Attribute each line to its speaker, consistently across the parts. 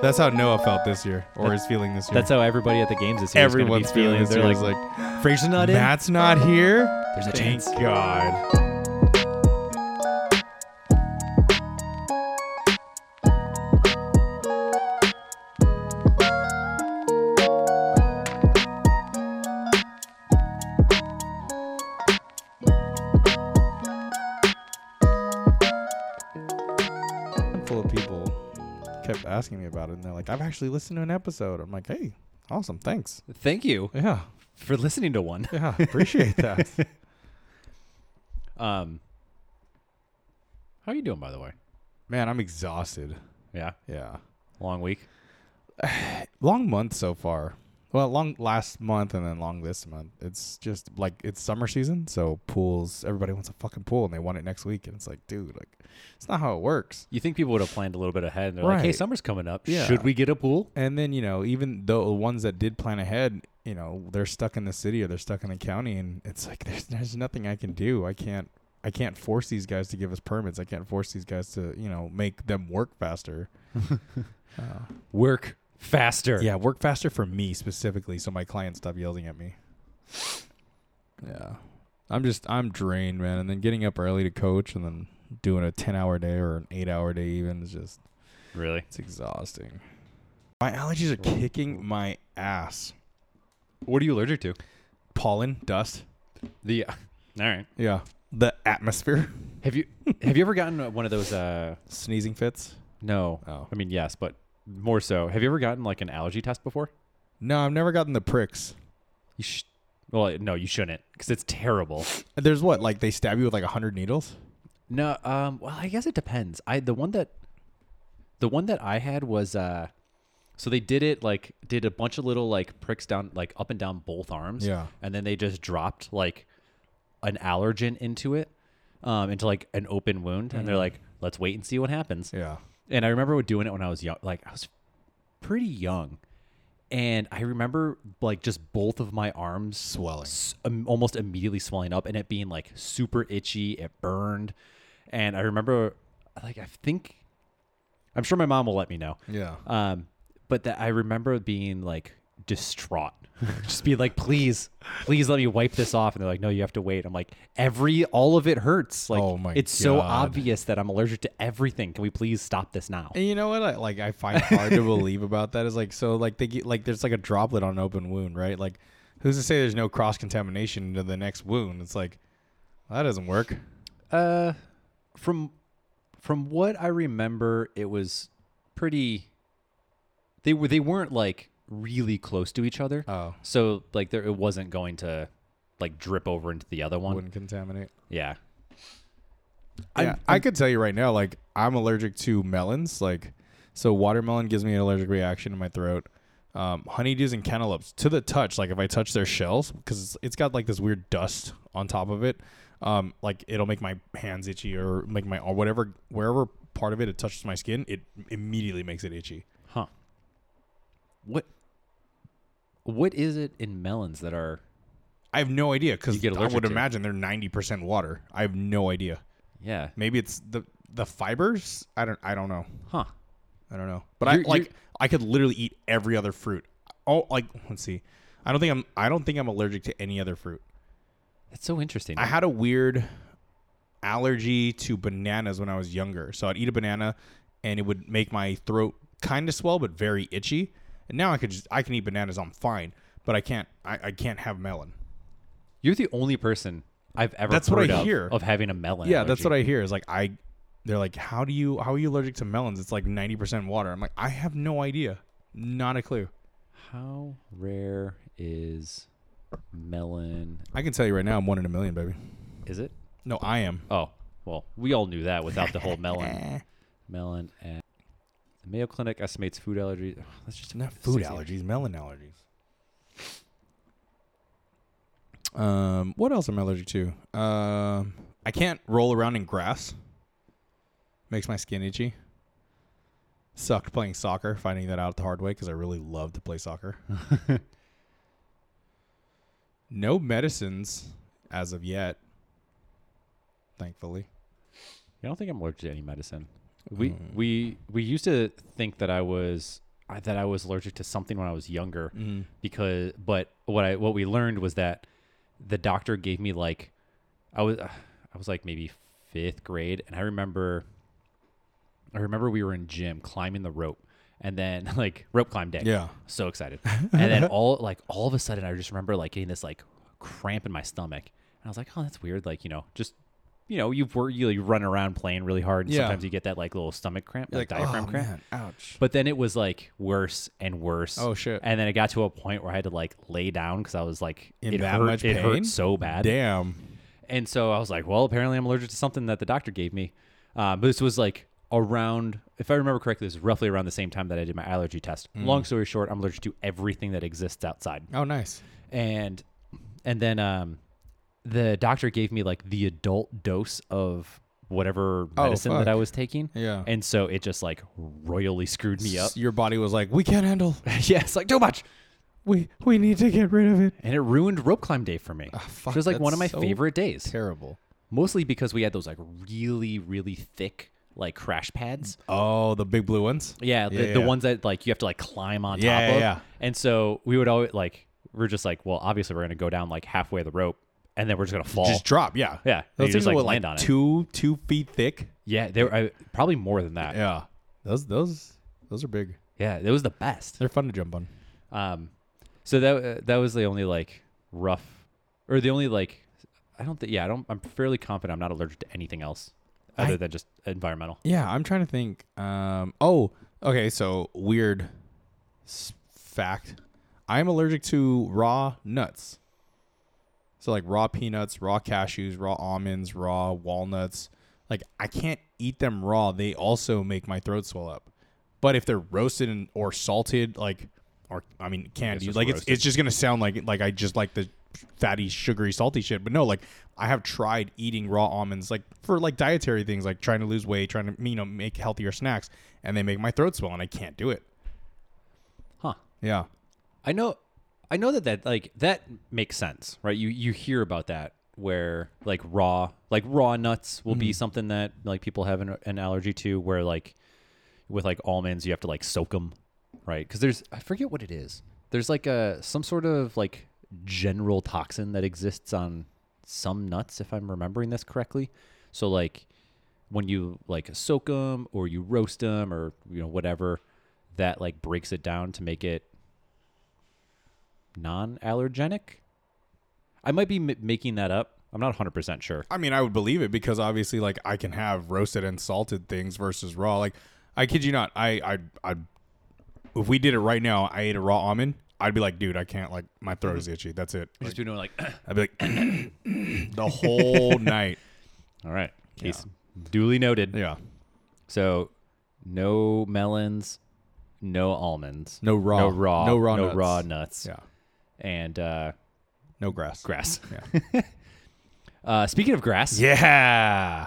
Speaker 1: That's how Noah felt this year, or is feeling this year.
Speaker 2: That's how everybody at the games this year is gonna be
Speaker 1: everyone's feeling. This
Speaker 2: They're
Speaker 1: year
Speaker 2: like,
Speaker 1: is like,
Speaker 2: Fraser's not in.
Speaker 1: Matt's not here.
Speaker 2: There's a
Speaker 1: Thank
Speaker 2: chance.
Speaker 1: God. Full of people kept asking me about it, and they're like, "I've actually listened to an episode." I'm like, "Hey, awesome, thanks."
Speaker 2: Thank you
Speaker 1: Yeah,
Speaker 2: for listening to one.
Speaker 1: yeah, appreciate that.
Speaker 2: Um, how are you doing, by the way?
Speaker 1: Man, I'm exhausted.
Speaker 2: Yeah,
Speaker 1: Yeah.
Speaker 2: long week.
Speaker 1: Long month so far. Well, long last month and then long this month. It's just like it's summer season, so pools everybody wants a fucking pool and they want it next week and it's like, dude, like it's not how it works.
Speaker 2: You think people would have planned a little bit ahead? And they're like, "Hey,
Speaker 1: Right.
Speaker 2: summer's coming up.
Speaker 1: Yeah.
Speaker 2: Should we get a pool?"
Speaker 1: And then, you know, even though the ones that did plan ahead, you know, they're stuck in the city or they're stuck in the county and it's like there's there's nothing I can do. I can't I can't force these guys to give us permits. I can't force these guys to, you know, make them work faster. uh,
Speaker 2: Work faster.
Speaker 1: Yeah, work faster for me specifically, so my clients stop yelling at me. Yeah, I'm just I'm drained, man. And then getting up early to coach, and then doing a ten hour day or an eight hour day even is just
Speaker 2: Really?
Speaker 1: it's exhausting. My allergies are kicking my ass.
Speaker 2: What are you allergic to?
Speaker 1: Pollen, dust.
Speaker 2: The. All right.
Speaker 1: Yeah, the atmosphere.
Speaker 2: Have you have you ever gotten uh, one of those? Uh,
Speaker 1: Sneezing fits.
Speaker 2: no.
Speaker 1: Oh
Speaker 2: I mean, yes, but more so. Have you ever gotten like an allergy test before?
Speaker 1: no, I've never gotten the pricks.
Speaker 2: You sh- well, no, you shouldn't because it's terrible.
Speaker 1: There's what like they stab you with like a hundred needles.
Speaker 2: No, um, well, I guess it depends. I the one that the one that I had was uh so they did it like did a bunch of little like pricks down like up and down both arms.
Speaker 1: Yeah.
Speaker 2: And then they just dropped like an allergen into it, um, into like an open wound, and they're like, let's wait and see what happens.
Speaker 1: Yeah.
Speaker 2: And I remember doing it when I was young, like I was pretty young. And I remember like just both of my arms
Speaker 1: Swelling.
Speaker 2: s- um, almost immediately swelling up and it being like super itchy. It burned. And I remember, like, I think, I'm sure my mom will let me know.
Speaker 1: Yeah.
Speaker 2: Um, but that I remember being like distraught, just being like, please, please let me wipe this off. And they're like, no, you have to wait. I'm like, every, all of it hurts. Like,
Speaker 1: Oh my
Speaker 2: it's so
Speaker 1: God.
Speaker 2: obvious that I'm allergic to everything. Can we please stop this now?
Speaker 1: And you know what? I, like I find hard to believe about that is like so like they get like there's like a droplet on an open wound, right? Like who's to say there's no cross contamination to the next wound? It's like that doesn't work.
Speaker 2: Uh, from from what I remember, it was pretty. They were they weren't like really close to each other,
Speaker 1: Oh,
Speaker 2: so like there it wasn't going to like drip over into the other one.
Speaker 1: wouldn't contaminate.
Speaker 2: Yeah,
Speaker 1: Yeah,
Speaker 2: I'm-
Speaker 1: i could tell you right now, like I'm allergic to melons. Like so, watermelon gives me an allergic reaction in my throat. Um, honeydews and cantaloupes to the touch. Like if I touch their shells, because it's, it's got like this weird dust on top of it. Um, like it'll make my hands itchy or make my or whatever wherever part of it it touches my skin, it immediately makes it itchy.
Speaker 2: huh? What what is it in melons that are?
Speaker 1: I have no idea because
Speaker 2: You get
Speaker 1: I
Speaker 2: allergic
Speaker 1: would
Speaker 2: to it.
Speaker 1: imagine they're ninety percent water. I have no idea.
Speaker 2: Yeah,
Speaker 1: Maybe it's the the fibers. I don't. I don't know.
Speaker 2: huh?
Speaker 1: I don't know. But I
Speaker 2: You're-
Speaker 1: like
Speaker 2: you're-
Speaker 1: I could literally eat every other fruit. Oh, like let's see. I don't think I'm I don't think I'm allergic to any other fruit.
Speaker 2: That's so interesting.
Speaker 1: I had a weird allergy to bananas when I was younger. So I'd eat a banana and it would make my throat kind of swell but very itchy. And now I could just I can eat bananas, I'm fine, but I can't I, I can't have melon.
Speaker 2: You're the only person I've ever
Speaker 1: That's what I
Speaker 2: heard of,
Speaker 1: hear.
Speaker 2: of having a melon.
Speaker 1: Yeah, that's what I hear. Is like I they're like, How do you how are you allergic to melons? It's like ninety percent water. I'm like, I have no idea. Not a clue.
Speaker 2: How rare is melon?
Speaker 1: I can tell you right now I'm one in a million, baby.
Speaker 2: Is it?
Speaker 1: No, I am.
Speaker 2: Oh, well, we all knew that without the whole melon. melon and the Mayo Clinic estimates food allergies. Ugh, That's just
Speaker 1: Not food
Speaker 2: 60.
Speaker 1: allergies, melon allergies. Um, what else am I allergic to? Um, I can't roll around in grass. Makes my skin itchy. Sucked playing soccer, finding that out the hard way because I really love to play soccer. no medicines as of yet, thankfully.
Speaker 2: I don't think I'm allergic to any medicine. We we we used to think that I was I- that I was allergic to something when I was younger because but what I what we learned was that the doctor gave me like I was I was like maybe 5th grade and I remember I remember we were in gym climbing the rope and then like rope climb day
Speaker 1: Yeah.
Speaker 2: so excited. And then all like all of a sudden I just remember like getting this like cramp in my stomach. And I was like, "Oh, that's weird." Like, you know, just you know, you've wor- you, you run around playing really hard and
Speaker 1: Yeah.
Speaker 2: sometimes you get that like little stomach cramp, like, diaphragm
Speaker 1: oh,
Speaker 2: cramp.
Speaker 1: man, ouch.
Speaker 2: But then it was like worse and worse.
Speaker 1: Oh, shit.
Speaker 2: And then it got to a point where I had to like lay down cuz I was like
Speaker 1: In
Speaker 2: it
Speaker 1: that
Speaker 2: hurt
Speaker 1: much
Speaker 2: it
Speaker 1: pain?
Speaker 2: hurt so bad.
Speaker 1: Damn.
Speaker 2: And so I was like, well, apparently I'm allergic to something that the doctor gave me. Uh, but this was like around, if I remember correctly, this was roughly around the same time that I did my allergy test.
Speaker 1: Mm.
Speaker 2: Long story short, I'm allergic to everything that exists outside.
Speaker 1: Oh, nice.
Speaker 2: And and then um, the doctor gave me like the adult dose of whatever
Speaker 1: Oh,
Speaker 2: medicine that I
Speaker 1: fuck.
Speaker 2: was taking.
Speaker 1: Yeah.
Speaker 2: And so it just like royally screwed me up.
Speaker 1: S- Your body was like, we can't handle.
Speaker 2: yeah, it's like too much.
Speaker 1: We we need to get rid of it.
Speaker 2: And it ruined rope climb day for me.
Speaker 1: Ah, fuck,
Speaker 2: it was like one of my
Speaker 1: that's so
Speaker 2: favorite days.
Speaker 1: Terrible.
Speaker 2: mostly because we had those like really really thick like crash pads
Speaker 1: Oh, the big blue ones.
Speaker 2: yeah the,
Speaker 1: Yeah,
Speaker 2: the
Speaker 1: yeah.
Speaker 2: ones that like you have to like climb on
Speaker 1: Yeah,
Speaker 2: top
Speaker 1: yeah,
Speaker 2: of
Speaker 1: yeah.
Speaker 2: and so we would always like we're just like well obviously we're gonna go down like halfway the rope and then we're just gonna fall
Speaker 1: Just drop. Yeah.
Speaker 2: Yeah,
Speaker 1: Those
Speaker 2: you
Speaker 1: things
Speaker 2: just, like,
Speaker 1: were
Speaker 2: land on it.
Speaker 1: two two feet thick.
Speaker 2: yeah they were I, probably more than that yeah.
Speaker 1: Yeah. Those those those are big.
Speaker 2: it was the best
Speaker 1: They're fun to jump on.
Speaker 2: um so that uh, that was the only like rough or the only like i don't think yeah i don't i'm fairly confident i'm not allergic to anything else other
Speaker 1: I-
Speaker 2: than just environmental
Speaker 1: Yeah, I'm trying to think. Um, oh, okay. So weird s- fact: I'm allergic to raw nuts. So like raw peanuts, raw cashews, raw almonds, raw walnuts. Like I can't eat them raw. They also make my throat swell up. But if they're roasted and, or salted, like or I mean canned,
Speaker 2: It's just
Speaker 1: like it's,
Speaker 2: roasted.
Speaker 1: it's just gonna sound like like I just like the fatty, sugary, salty shit. But no, like I have tried eating raw almonds, like for like dietary things, like trying to lose weight, trying to you know make healthier snacks, and they make my throat swell, and I can't do it.
Speaker 2: huh
Speaker 1: Yeah,
Speaker 2: I know, I know that that like that makes sense, right? You you hear about that where like raw like raw nuts will be something that like people have an, an allergy to, where like with like almonds you have to like soak them, right? Because there's I forget what it is. There's like a some sort of like general toxin that exists on some nuts, if I'm remembering this correctly. So like when you like soak them or you roast them or you know whatever that like breaks it down to make it non-allergenic. I might be m- making that up. I'm not 100% sure.
Speaker 1: I mean, I would believe it because obviously, like, I can have roasted and salted things versus raw. Like, I kid you not, I, I, I, if we did it right now, I ate a raw almond, I'd be like, dude, I can't. Like, my throat is itchy. That's it. Like,
Speaker 2: Just doing like,
Speaker 1: I'd be like, the whole night.
Speaker 2: all right, case duly noted.
Speaker 1: Yeah,
Speaker 2: So, no melons, no almonds,
Speaker 1: No raw-
Speaker 2: no raw,
Speaker 1: no raw
Speaker 2: no
Speaker 1: nuts.
Speaker 2: raw nuts,
Speaker 1: yeah.
Speaker 2: and uh,
Speaker 1: No grass.
Speaker 2: grass.
Speaker 1: Yeah.
Speaker 2: Uh, speaking of grass,
Speaker 1: yeah.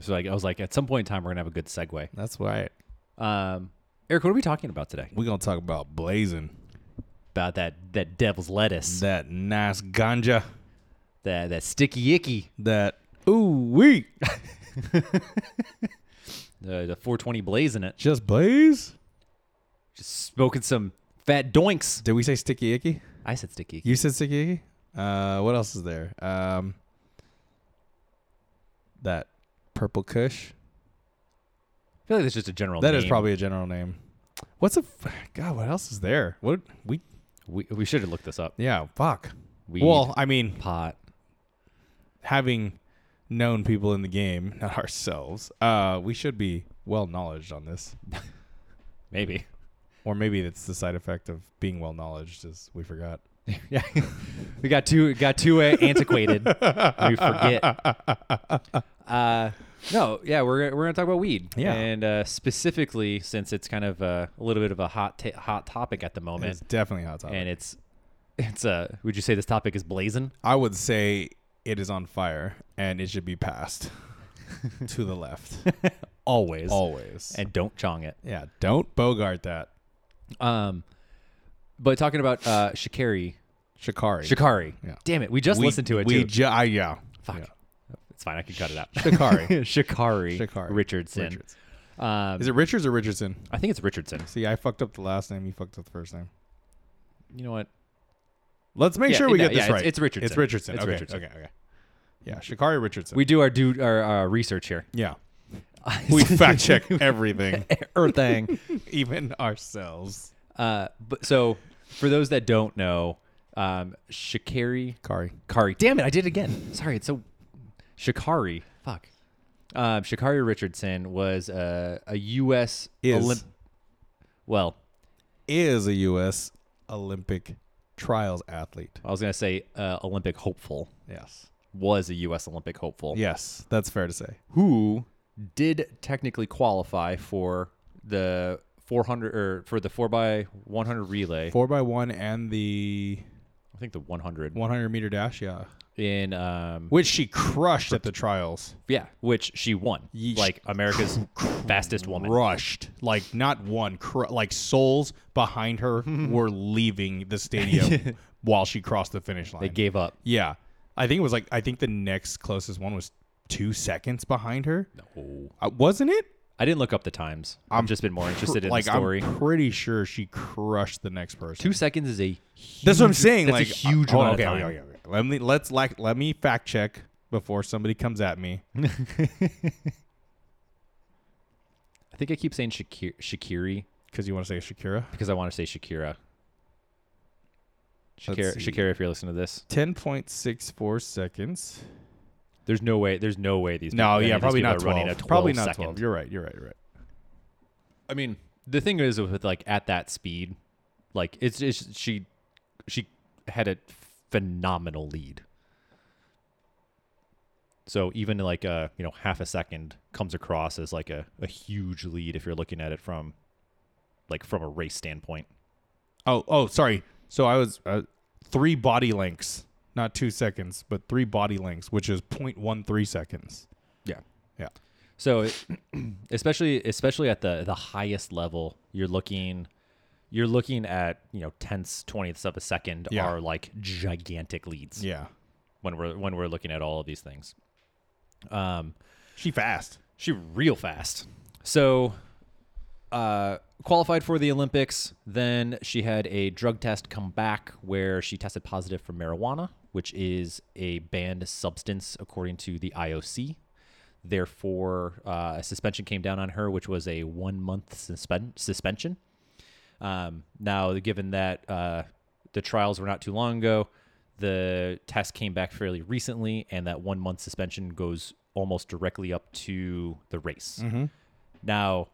Speaker 2: so like I was like, at some point in time, we're gonna have a good segue.
Speaker 1: That's right.
Speaker 2: Um, Eric, what are we talking about today?
Speaker 1: We're gonna talk about blazing
Speaker 2: About that that devil's lettuce,
Speaker 1: that nice ganja.
Speaker 2: that that sticky icky,
Speaker 1: That ooh wee,
Speaker 2: the, the 420 blaze in it,
Speaker 1: just blaze.
Speaker 2: just smoking some fat doinks.
Speaker 1: Did we say sticky icky?
Speaker 2: I said sticky.
Speaker 1: You said sticky icky. Uh, what else is there? Um, that purple Kush.
Speaker 2: I feel like that's just a general.
Speaker 1: That is
Speaker 2: name.
Speaker 1: probably a general name. What's a f- God? What else is there? What we?
Speaker 2: We, we should have looked this up.
Speaker 1: Yeah, fuck.
Speaker 2: Weed,
Speaker 1: Well, I mean,
Speaker 2: pot.
Speaker 1: having known people in the game, not ourselves, uh, we should be well knowledged on this.
Speaker 2: Maybe.
Speaker 1: Or maybe it's the side effect of being well knowledged is we forgot.
Speaker 2: yeah. we got too got too uh, antiquated. we forget. Uh, no, yeah, we're we're gonna talk about weed.
Speaker 1: Yeah.
Speaker 2: and uh, specifically since it's kind of uh, a little bit of a hot ta- hot topic at the moment,
Speaker 1: It's definitely a hot topic.
Speaker 2: and it's it's uh, would you say this topic is blazing?
Speaker 1: I would say it is on fire and it should be passed to the left
Speaker 2: Always.
Speaker 1: always.
Speaker 2: and don't chong it.
Speaker 1: yeah, don't bogart that.
Speaker 2: Um, but talking about uh, Shikari,
Speaker 1: Shikari.
Speaker 2: Shikari.
Speaker 1: Yeah.
Speaker 2: Damn it, we just
Speaker 1: We-
Speaker 2: listened to it
Speaker 1: We
Speaker 2: too.
Speaker 1: ju- I, yeah.
Speaker 2: Fuck. It's fine. I can cut it out.
Speaker 1: Shikari.
Speaker 2: Shikari,
Speaker 1: Shikari.
Speaker 2: Richardson.
Speaker 1: Richards.
Speaker 2: Um,
Speaker 1: Is it Richards or Richardson?
Speaker 2: I think it's Richardson.
Speaker 1: See, I fucked up the last name. You fucked up the first name.
Speaker 2: You know what?
Speaker 1: Let's make
Speaker 2: Yeah,
Speaker 1: sure we
Speaker 2: no,
Speaker 1: get this
Speaker 2: yeah, it's-
Speaker 1: right.
Speaker 2: it's Richardson.
Speaker 1: It's Richardson.
Speaker 2: It's
Speaker 1: okay,
Speaker 2: Richardson.
Speaker 1: okay, okay. Yeah, Shakari Richardson.
Speaker 2: We do our do our, our research here.
Speaker 1: yeah. We fact check everything,
Speaker 2: Earthang.
Speaker 1: even ourselves.
Speaker 2: Er Uh, but so for those that don't know, um, Shakari
Speaker 1: Kari.
Speaker 2: Kari. Damn it, I did it again. Sorry, it's so Shakari. Fuck. Um, Shakari Richardson was uh, a U.S.
Speaker 1: Is.
Speaker 2: Olymp- well,
Speaker 1: Is a U.S. Olympic trials athlete.
Speaker 2: I was gonna say uh, Olympic hopeful
Speaker 1: Yes.
Speaker 2: was a U.S. Olympic hopeful
Speaker 1: Yes, that's fair to say.
Speaker 2: who did technically qualify for the 400 or for the 4 by 100 relay.
Speaker 1: Four by one and the
Speaker 2: I think the 100
Speaker 1: 100 meter dash. Yeah,
Speaker 2: in um,
Speaker 1: which she crushed at the trials.
Speaker 2: yeah, which she won
Speaker 1: Yeesh.
Speaker 2: like America's fastest woman.
Speaker 1: Rushed, like not one, cr- like souls behind her were leaving the stadium while she crossed the finish line.
Speaker 2: They gave up.
Speaker 1: Yeah. I think it was like I think the next closest one was two seconds behind her.
Speaker 2: Oh.
Speaker 1: Uh, wasn't it?
Speaker 2: I didn't look up the times. I've just been more interested in
Speaker 1: like
Speaker 2: the story.
Speaker 1: I'm pretty sure she crushed the next person.
Speaker 2: Two seconds is a
Speaker 1: that's what I'm saying.
Speaker 2: that's a
Speaker 1: like
Speaker 2: huge
Speaker 1: oh,
Speaker 2: amount of
Speaker 1: okay,
Speaker 2: time.
Speaker 1: okay, okay, okay. Let me let's like let me fact check before somebody comes at me.
Speaker 2: I think I keep saying Shakir- Shakiri
Speaker 1: Because you want to say Shakira.
Speaker 2: because I want to say Shakira. Shakira,
Speaker 1: Let's see.
Speaker 2: Shakira, if you're listening to this,
Speaker 1: Ten point six four seconds.
Speaker 2: there's no way. There's no way these.
Speaker 1: No,
Speaker 2: people, any
Speaker 1: yeah,
Speaker 2: of these
Speaker 1: probably
Speaker 2: people
Speaker 1: not
Speaker 2: are
Speaker 1: twelve.
Speaker 2: Running a 12
Speaker 1: probably not
Speaker 2: second.
Speaker 1: twelve. You're right. You're right. You're right.
Speaker 2: I mean, the thing is with like at that speed, like it's, it's she she had a phenomenal lead. So even like a you know half a second comes across as like a, a huge lead if you're looking at it from like from a race standpoint.
Speaker 1: Oh, oh, sorry. So I was uh, three body lengths, not two seconds, but three body lengths, which is 0.13 seconds.
Speaker 2: Yeah.
Speaker 1: Yeah.
Speaker 2: So it- especially especially at the the highest level, you're looking you're looking at, you know, tenths, twentieths of a second
Speaker 1: Yeah.
Speaker 2: are like gigantic leads.
Speaker 1: Yeah.
Speaker 2: when we're when we're looking at all of these things. Um,
Speaker 1: She fast.
Speaker 2: she real fast. So, uh, qualified for the Olympics. Then she had a drug test come back where she tested positive for marijuana, which is a banned substance according to the IOC. Therefore, uh, a suspension came down on her, which was a one month suspen- suspension. Um, now, given that uh, the trials were not too long ago, the test came back fairly recently, and that one month suspension goes almost directly up to the race. Now,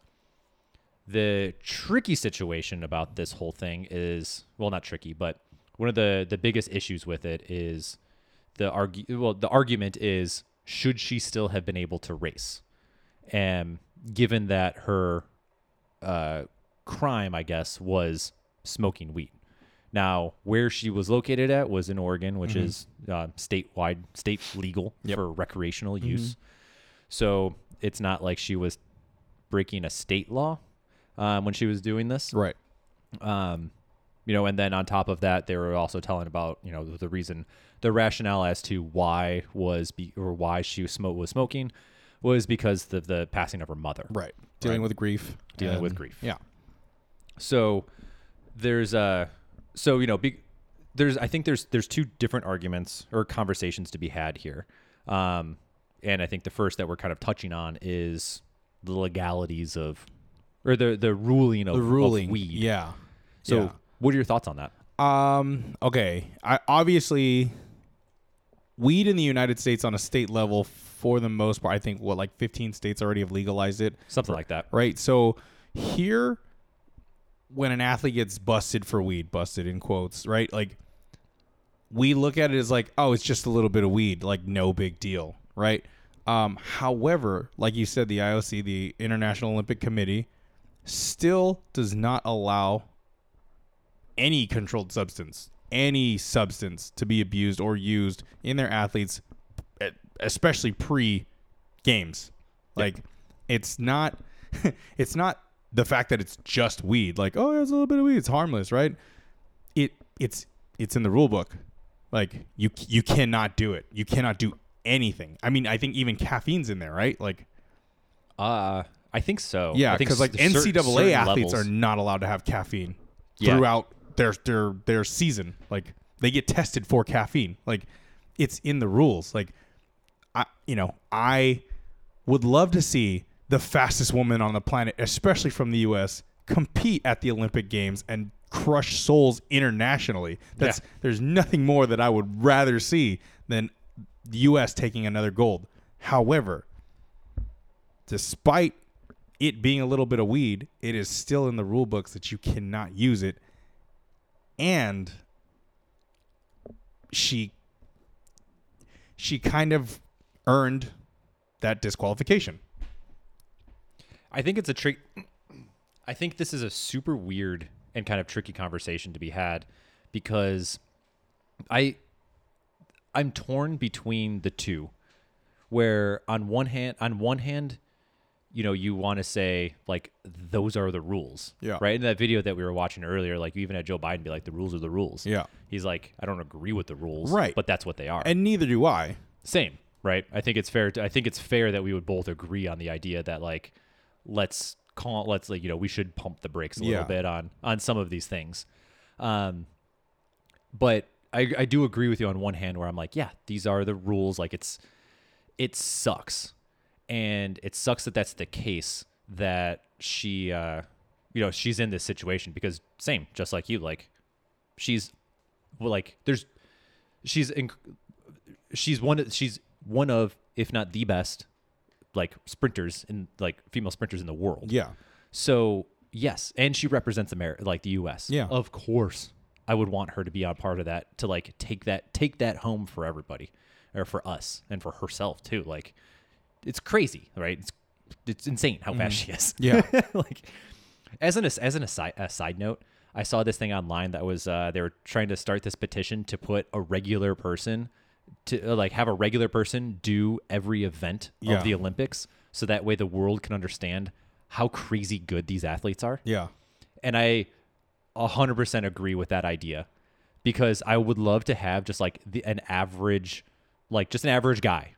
Speaker 2: the tricky situation about this whole thing is well, not tricky, but one of the the biggest issues with it is the argu- well, the argument is should she still have been able to race? And um, given that her uh, crime, I guess, was smoking weed. Now, where she was located at was in Oregon, which
Speaker 1: Mm-hmm.
Speaker 2: is uh, statewide, state legal for recreational
Speaker 1: Mm-hmm.
Speaker 2: use. So it's not like she was breaking a state law um, when she was doing this
Speaker 1: Right.
Speaker 2: um, you know, and then on top of that, they were also telling about you know the reason, the rationale as to why was be or why she was smoke was smoking, was because of the passing of her mother.
Speaker 1: Right. Dealing with grief.
Speaker 2: Dealing with
Speaker 1: and-
Speaker 2: grief.
Speaker 1: Yeah.
Speaker 2: So there's uh so you know be, there's I think there's there's two different arguments or conversations to be had here. Um and I think the first that we're kind of touching on is the legalities of or the the ruling of,
Speaker 1: The ruling.
Speaker 2: of weed.
Speaker 1: Yeah.
Speaker 2: So
Speaker 1: Yeah.
Speaker 2: what are your thoughts on that?
Speaker 1: Um. Okay. I obviously, weed in the United States on a state level, for the most part, I think what like 15 states already have legalized it.
Speaker 2: Something like that.
Speaker 1: Right. So here, when an athlete gets busted for weed, busted in quotes, right? Like we look at it as like, oh, it's just a little bit of weed, like no big deal, right? Um, however, like you said, the IOC, the International Olympic Committee, still does not allow any controlled substance, any substance to be abused or used in their athletes, e- especially pre games. Like it's not it's not the fact that it's just weed. Like, oh, there's a little bit of weed, it's harmless, right? It it's it's in the rule book. Like you you cannot do it. You cannot do anything. I mean, I think even caffeine's in there, right? Like
Speaker 2: Uh I think so.
Speaker 1: Yeah,
Speaker 2: I think
Speaker 1: because like
Speaker 2: cer-
Speaker 1: NCAA
Speaker 2: certain
Speaker 1: athletes
Speaker 2: levels-
Speaker 1: are not allowed to have caffeine
Speaker 2: Yeah.
Speaker 1: throughout their their their season. Like they get tested for caffeine. Like it's in the rules. Like I you know I would love to see the fastest woman on the planet, especially from the U.S., compete at the Olympic Games and crush souls internationally. That's there's nothing more that I would rather see than the U.S. taking another gold. However, despite it being a little bit of weed, it is still in the rule books that you cannot use it. And she she kind of earned that disqualification.
Speaker 2: I think it's a trick. I think this is a super weird and kind of tricky conversation to be had because I I'm torn between the two where on one hand on one hand you know you want to say like those are the rules
Speaker 1: Yeah.
Speaker 2: right in that video that we were watching earlier like you even had Joe Biden be like the rules are the rules
Speaker 1: Yeah.
Speaker 2: he's like I don't agree with the rules
Speaker 1: Right.
Speaker 2: but that's what they are
Speaker 1: And neither do I.
Speaker 2: same right i think it's fair to i think it's fair that we would both agree on the idea that like let's call let's like you know we should pump the brakes a little
Speaker 1: Yeah.
Speaker 2: bit on on some of these things um but I, I do agree with you on one hand where i'm like yeah these are the rules like it's it sucks and it sucks that that's the case that she uh you know she's in this situation because same just like you like she's well, like there's she's in, she's one of she's one of if not the best like sprinters in like female sprinters in the world
Speaker 1: Yeah.
Speaker 2: so yes and she represents america like the us
Speaker 1: Yeah.
Speaker 2: of course i would want her to be on part of that to like take that take that home for everybody or for us and for herself too like it's crazy right it's it's insane how fast she is
Speaker 1: Mm. Yeah.
Speaker 2: like as an as an aside, a side note i saw this thing online that was uh, they were trying to start this petition to put a regular person to uh, like have a regular person do every event
Speaker 1: Yeah.
Speaker 2: of the olympics so that way the world can understand how crazy good these athletes are
Speaker 1: yeah.
Speaker 2: and I 100% agree with that idea because I would love to have just like the, an average, like just an average guy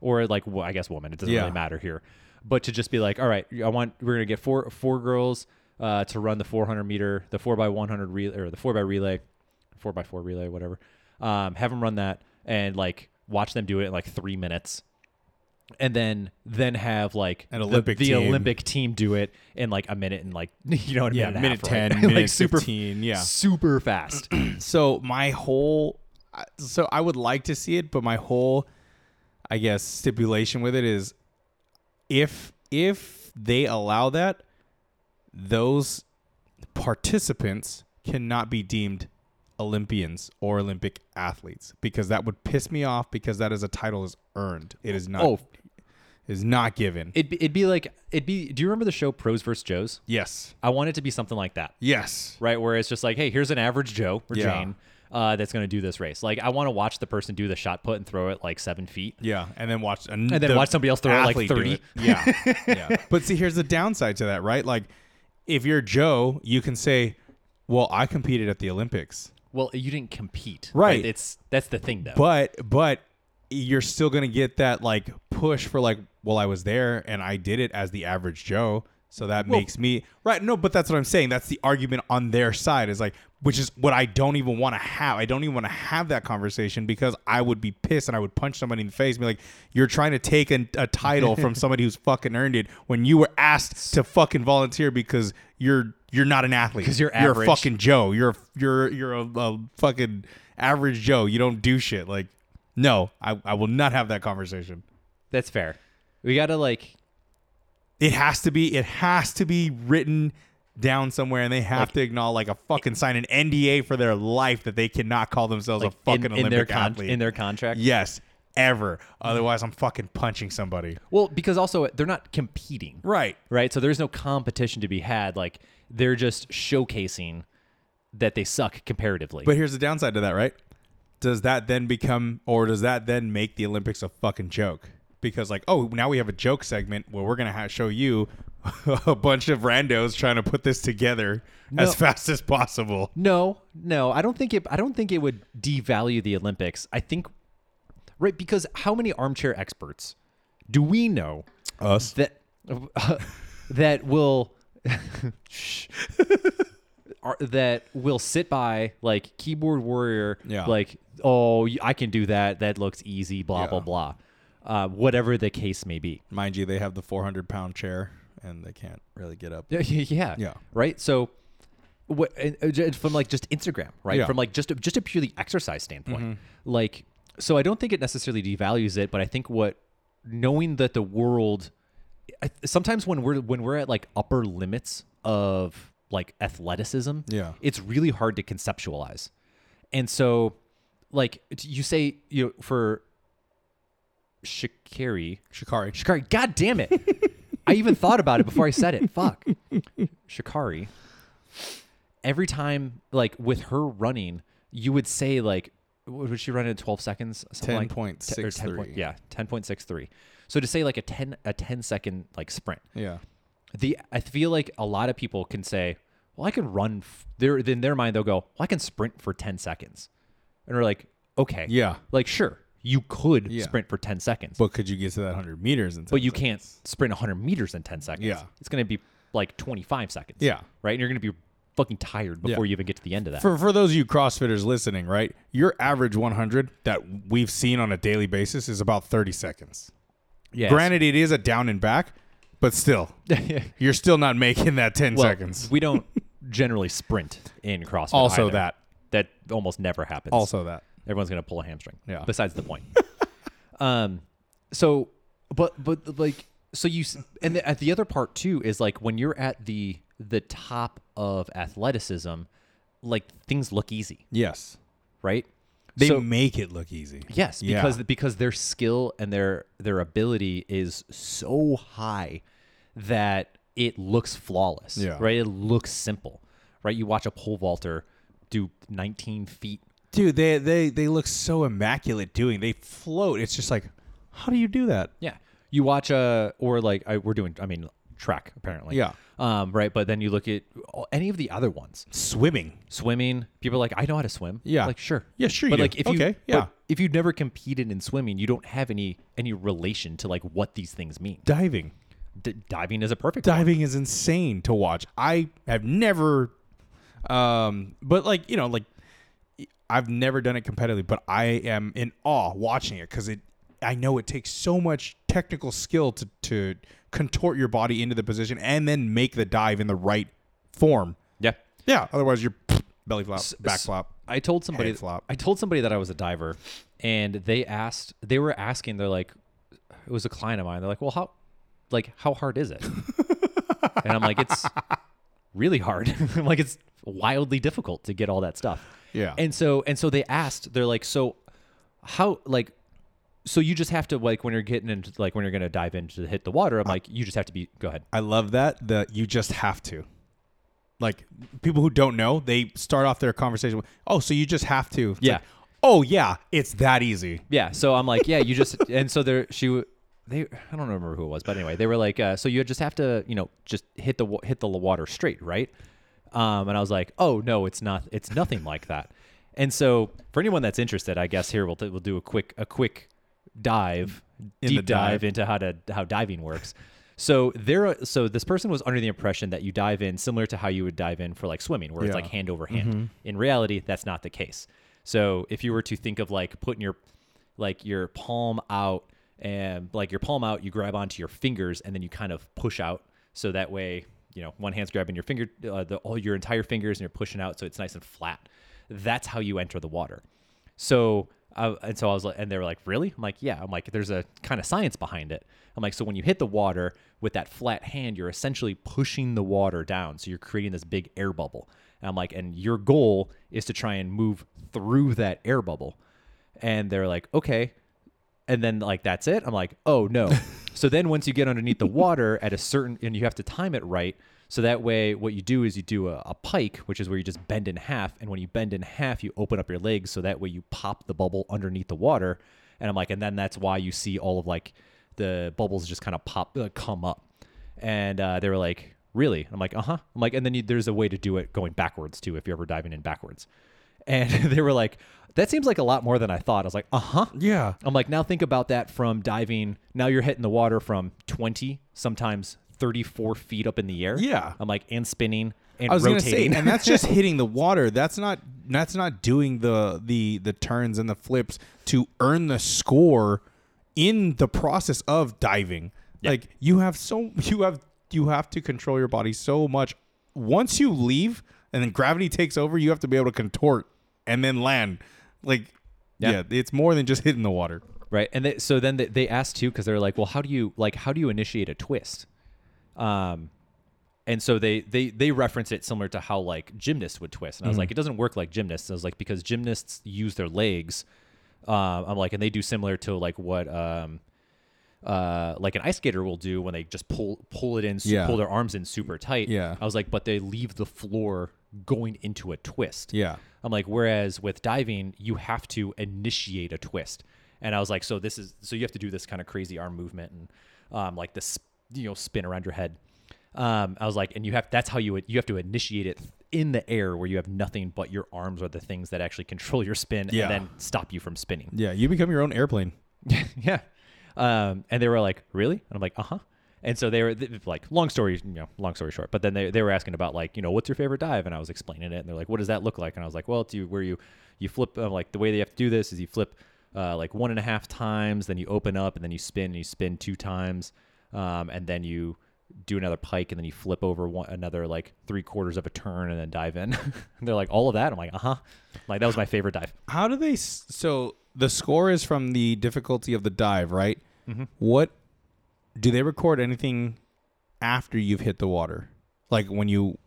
Speaker 2: or like, well, I guess woman, it doesn't
Speaker 1: Yeah.
Speaker 2: really matter here, but to just be like, all right, I want, we're going to get four, four girls uh, to run the 400 meter, the four by 100 relay or the four by relay, four by four relay, whatever. Um, have them run that and like watch them do it in like three minutes and then then have like
Speaker 1: An
Speaker 2: the-
Speaker 1: Olympic
Speaker 2: the,
Speaker 1: team.
Speaker 2: Olympic team do it in like a minute and like you know what
Speaker 1: Yeah,
Speaker 2: I mean? a
Speaker 1: minute
Speaker 2: half,
Speaker 1: 10,
Speaker 2: right?
Speaker 1: minute
Speaker 2: like super
Speaker 1: 15, yeah.
Speaker 2: super fast.
Speaker 1: So my whole I- so I would like to see it, but my whole I guess stipulation with it is if if they allow that, those participants cannot be deemed Olympians or Olympic athletes because that would piss me off because that is a title is earned. It is not
Speaker 2: Oh.
Speaker 1: is not given.
Speaker 2: it'd be, it'd be like it'd be. Do you remember the show Pros vs Joes?
Speaker 1: yes.
Speaker 2: I want it to be something like that,
Speaker 1: Yes.
Speaker 2: right? Where it's just like, hey, here's an average Joe or
Speaker 1: Yeah.
Speaker 2: Jane uh, that's going to do this race. Like, I want to watch the person do the shot put and throw it like seven feet.
Speaker 1: Yeah, and then watch and
Speaker 2: then watch somebody else throw it, like, 30.
Speaker 1: Yeah, yeah. But see, here's the downside to that, right? Like, if you're Joe, you can say, "Well, I competed at the Olympics,"
Speaker 2: Well, you didn't compete,
Speaker 1: Right.
Speaker 2: It's that's the thing though.
Speaker 1: but but you're still gonna get that like push for like, "Well, I was there and I did it as the average Joe." So that makes me right. No, but that's what I'm saying. That's the argument on their side is like, which is what I don't even want to have. I don't even want to have that conversation because I would be pissed and I would punch somebody in the face and be like, you're trying to take an, a title from somebody who's fucking earned it when you were asked to fucking volunteer because you're you're not an athlete. Because
Speaker 2: you're
Speaker 1: you're a
Speaker 2: average.
Speaker 1: fucking Joe. You're a, you're you're a, a fucking average Joe. You don't do shit. Like, no, I, I will not have that conversation.
Speaker 2: that's fair. We gotta like
Speaker 1: It has to be. It has to be written down somewhere, and they have to acknowledge, like a fucking sign an NDA for their life that they cannot call themselves
Speaker 2: like
Speaker 1: a fucking
Speaker 2: in, in
Speaker 1: Olympic
Speaker 2: their con-
Speaker 1: athlete.
Speaker 2: in their contract.
Speaker 1: yes, ever. Otherwise, I'm fucking punching somebody.
Speaker 2: Well, because also they're not competing,
Speaker 1: Right.
Speaker 2: right? So there's no competition to be had. Like they're just showcasing that they suck comparatively.
Speaker 1: But here's the downside to that, right? Does that then become, or does that then make the Olympics a fucking joke? Because like, oh, now we have a joke segment where we're gonna ha- show you a bunch of randos trying to put this together as fast as possible.
Speaker 2: no, no, I don't think it. I don't think it would devalue the Olympics. I think, right? Because how many armchair experts do we know
Speaker 1: Us.
Speaker 2: that? that will Shh. Are- that will sit by like keyboard warrior
Speaker 1: Yeah.
Speaker 2: like oh y- I can do that that looks easy blah blah
Speaker 1: Yeah.
Speaker 2: blah uh, whatever the case may be
Speaker 1: Mind you, they have the 400 pound chair and they can't really get up.
Speaker 2: Yeah, yeah,
Speaker 1: Yeah.
Speaker 2: Right. So, what and, uh, ju- from like just Instagram, right?
Speaker 1: Yeah. Mm-hmm.
Speaker 2: From like just a, just a purely exercise standpoint, like so. I don't think it necessarily devalues it, but I think what knowing that the world I, sometimes when we're when we're at like upper limits of like athleticism,
Speaker 1: Yeah.
Speaker 2: it's really hard to conceptualize, and so like t- you say you know, for Shakiri,
Speaker 1: Shikari.
Speaker 2: Shikari. God damn it. I even thought about it before I said it. Fuck. Shikari. Every time, like with her running, you would say like, what would she run in twelve seconds? Something like-
Speaker 1: 10.63.
Speaker 2: Te- or 10 point- yeah, ten point six three. So to say like a ten a 10 second like sprint,
Speaker 1: Yeah.
Speaker 2: the I feel like a lot of people can say, well, I can run. F-. They're in their mind they'll go, well, I can sprint for ten seconds, and we're like, okay,
Speaker 1: Yeah.
Speaker 2: like sure, you could
Speaker 1: Yeah.
Speaker 2: sprint for ten seconds,
Speaker 1: But could you get to that 100 meters in 10
Speaker 2: but you
Speaker 1: seconds?
Speaker 2: can't sprint 100 meters in 10 seconds.
Speaker 1: Yeah.
Speaker 2: It's going to be like 25 seconds.
Speaker 1: Yeah.
Speaker 2: Right? And you're going to be fucking tired before you even get to the end of that.
Speaker 1: For, for those of you CrossFitters listening, right? Your average 100 that we've seen on a daily basis is about 30 seconds.
Speaker 2: yeah.
Speaker 1: Granted, it is a down and back, but still, you're still not making that 10
Speaker 2: well,
Speaker 1: seconds.
Speaker 2: We don't generally sprint in CrossFit.
Speaker 1: Also
Speaker 2: either.
Speaker 1: that.
Speaker 2: That almost never happens.
Speaker 1: Also that.
Speaker 2: Everyone's going to pull a hamstring.
Speaker 1: Yeah.
Speaker 2: Besides the point. um, so, but, but like, so you, s- and the, at the other part too is like when you're at the, the top of athleticism, like things look easy,
Speaker 1: Yes.
Speaker 2: right?
Speaker 1: They
Speaker 2: So-
Speaker 1: make it look easy.
Speaker 2: Yes,
Speaker 1: Yeah.
Speaker 2: because because their skill and their their ability is so high that it looks flawless.
Speaker 1: Yeah.
Speaker 2: Right? It looks simple. Right? You watch a pole vaulter do 19 feet.
Speaker 1: Dude, they, they they look so immaculate doing. They float. It's just like, how do you do that?
Speaker 2: Yeah. You watch a or like I, we're doing I mean track apparently.
Speaker 1: Yeah.
Speaker 2: Um right, but then you look at all- any of the other ones.
Speaker 1: Swimming.
Speaker 2: Swimming, people are like I know how to swim.
Speaker 1: Yeah.
Speaker 2: Like sure.
Speaker 1: Yeah, sure you
Speaker 2: But
Speaker 1: do.
Speaker 2: like if you
Speaker 1: Okay,
Speaker 2: but
Speaker 1: yeah.
Speaker 2: if you've never competed in swimming, you don't have any any relation to like what these things mean.
Speaker 1: Diving.
Speaker 2: D- diving is a perfect one.
Speaker 1: diving is insane to watch. I have never, um, but like you know, like I've never done it competitively, but I am in awe watching it because it. I know it takes so much technical skill to to contort your body into the position and then make the dive in the right form.
Speaker 2: Yeah.
Speaker 1: Yeah, otherwise you're belly flop, back
Speaker 2: s-
Speaker 1: flop.
Speaker 2: I told somebody
Speaker 1: Head flop.
Speaker 2: I told somebody that I was a diver and they asked they were asking they're like it was a client of mine they're like well how like how hard is it and I'm like it's really hard I'm like it's wildly difficult to get all that stuff
Speaker 1: Yeah.
Speaker 2: and so and so they asked they're like so how like so you just have to like when you're getting into like when you're gonna dive into hit the water I'm
Speaker 1: Uh,
Speaker 2: like you just have to be go ahead
Speaker 1: I love that that you just have to. Like people who don't know, they start off their conversation with, "Oh, so you just have to." It's
Speaker 2: Yeah.
Speaker 1: like, oh yeah, it's that easy.
Speaker 2: Yeah. So I'm like, yeah, you just and so there she w- they I don't remember who it was, but anyway, they were like, uh, so you just have to you know just hit the wa- hit the water straight, right? Um, and I was like, oh no, it's not. It's nothing like that. And so for anyone that's interested, I guess here we'll t- we'll do a quick a quick dive
Speaker 1: In the
Speaker 2: deep dive
Speaker 1: dive.
Speaker 2: into how to how diving works. So there, are- so this person was under the impression that you dive in similar to how you would dive in for like swimming, where it's
Speaker 1: Yeah.
Speaker 2: like hand over hand. In reality, that's not the case. So if you were to think of like putting your like your palm out and like your palm out, you grab onto your fingers and then you kind of push out. So that way, you know, one hand's grabbing your finger, uh, the, all your entire fingers, and you're pushing out, so it's nice and flat. That's how you enter the water. So, I and so I was like, and they were like, really? I'm like, yeah. I'm like, there's a kind of science behind it. I'm like, so when you hit the water with that flat hand, you're essentially pushing the water down. So you're creating this big air bubble. And I'm like, and your goal is to try and move through that air bubble. And they're like, okay. And then like that's it. I'm like, oh no. so then once you get underneath the water at a certain and you have to time it right. So that way what you do is you do a, a pike, which is where you just bend in half. And when you bend in half, you open up your legs so that way you pop the bubble underneath the water. And I'm like, and then that's why you see all of like the bubbles just kind of pop uh, come up. And uh, they were like, really? I'm like, uh-huh. I'm like, and then you, there's a way to do it going backwards too, if you're ever diving in backwards. And they were like, That seems like a lot more than I thought. I was like, uh huh.
Speaker 1: Yeah.
Speaker 2: I'm like, now think about that from diving. Now you're hitting the water from 20, sometimes 34 feet up in the air.
Speaker 1: Yeah.
Speaker 2: I'm like, and spinning and
Speaker 1: I was
Speaker 2: rotating.
Speaker 1: gonna say, and that's just hitting the water. That's not that's not doing the the the turns and the flips to earn the score in the process of diving. Like you have so you have you have to control your body so much. Once you leave and then gravity takes over, you have to be able to contort and then land. Like
Speaker 2: Yeah.
Speaker 1: yeah, it's more than just hitting the water.
Speaker 2: right and they, so then they, they asked too because they're like well how do you like how do you initiate a twist um and so they they they referenced it similar to how like gymnasts would twist and i was
Speaker 1: Mm-hmm.
Speaker 2: like it doesn't work like gymnasts i was like because gymnasts use their legs um i'm like and they do similar to like what um uh, like an ice skater will do when they just pull pull it in, su-
Speaker 1: Yeah.
Speaker 2: pull their arms in super tight.
Speaker 1: Yeah.
Speaker 2: I was like, but they leave the floor going into a twist.
Speaker 1: Yeah.
Speaker 2: I'm like, whereas with diving, you have to initiate a twist. And I was like, so this is so you have to do this kind of crazy arm movement and um, like this, you know, spin around your head. Um, I was like, and you have that's how you would- you have to initiate it in the air where you have nothing but your arms are the things that actually control your spin
Speaker 1: Yeah.
Speaker 2: and then stop you from spinning.
Speaker 1: Yeah, you become your own airplane.
Speaker 2: yeah. Um, and they were like, really? And I'm like, uh huh. And so they were th- like, long story, you know, long story short. But then they, they were asking about like, you know, what's your favorite dive? And I was explaining it, and they're like, what does that look like? And I was like, well, it's you where you you flip uh, like the way they have to do this is you flip uh, like one and a half times, then you open up, and then you spin, and you spin two times, um, and then you do another pike, and then you flip over one, another like three quarters of a turn, and then dive in. and they're like, all of that. I'm like, uh huh. Like that was my favorite dive.
Speaker 1: How do they? s- So the score is from the difficulty of the dive, right? What do they record anything after you've hit the water? Like when you,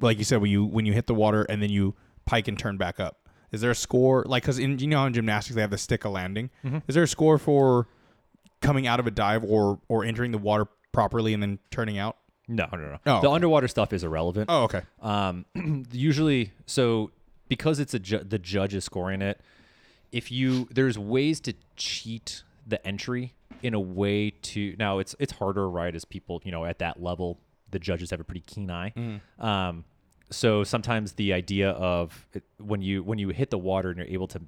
Speaker 1: like you said, when you when you hit the water and then you pike and turn back up. Is there a score? Like, cause in you know how in gymnastics they have the stick a landing. Is there a score for coming out of a dive or or entering the water properly and then turning out?
Speaker 2: No, no, no.
Speaker 1: Oh,
Speaker 2: the
Speaker 1: okay.
Speaker 2: underwater stuff is irrelevant.
Speaker 1: Oh, okay.
Speaker 2: Um, usually, so because it's a ju- the judge is scoring it. If you there's ways to cheat the entry in a way to now it's it's harder right as people you know at that level the judges have a pretty keen eye. Um, so sometimes the idea of it, when you when you hit the water and you're able to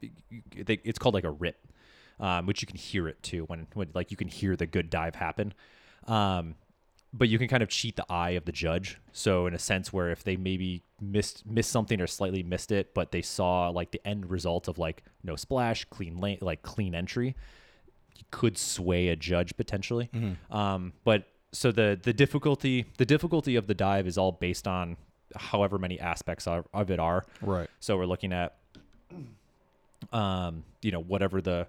Speaker 2: they, it's called like a rip, um, which you can hear it too when, when like you can hear the good dive happen. Um, but you can kind of cheat the eye of the judge. So in a sense, where if they maybe missed missed something or slightly missed it, but they saw like the end result of like no splash, clean lane, like clean entry, you could sway a judge potentially. Um, but so the the difficulty the difficulty of the dive is all based on however many aspects of, of it are.
Speaker 1: Right.
Speaker 2: So we're looking at, um, you know, whatever the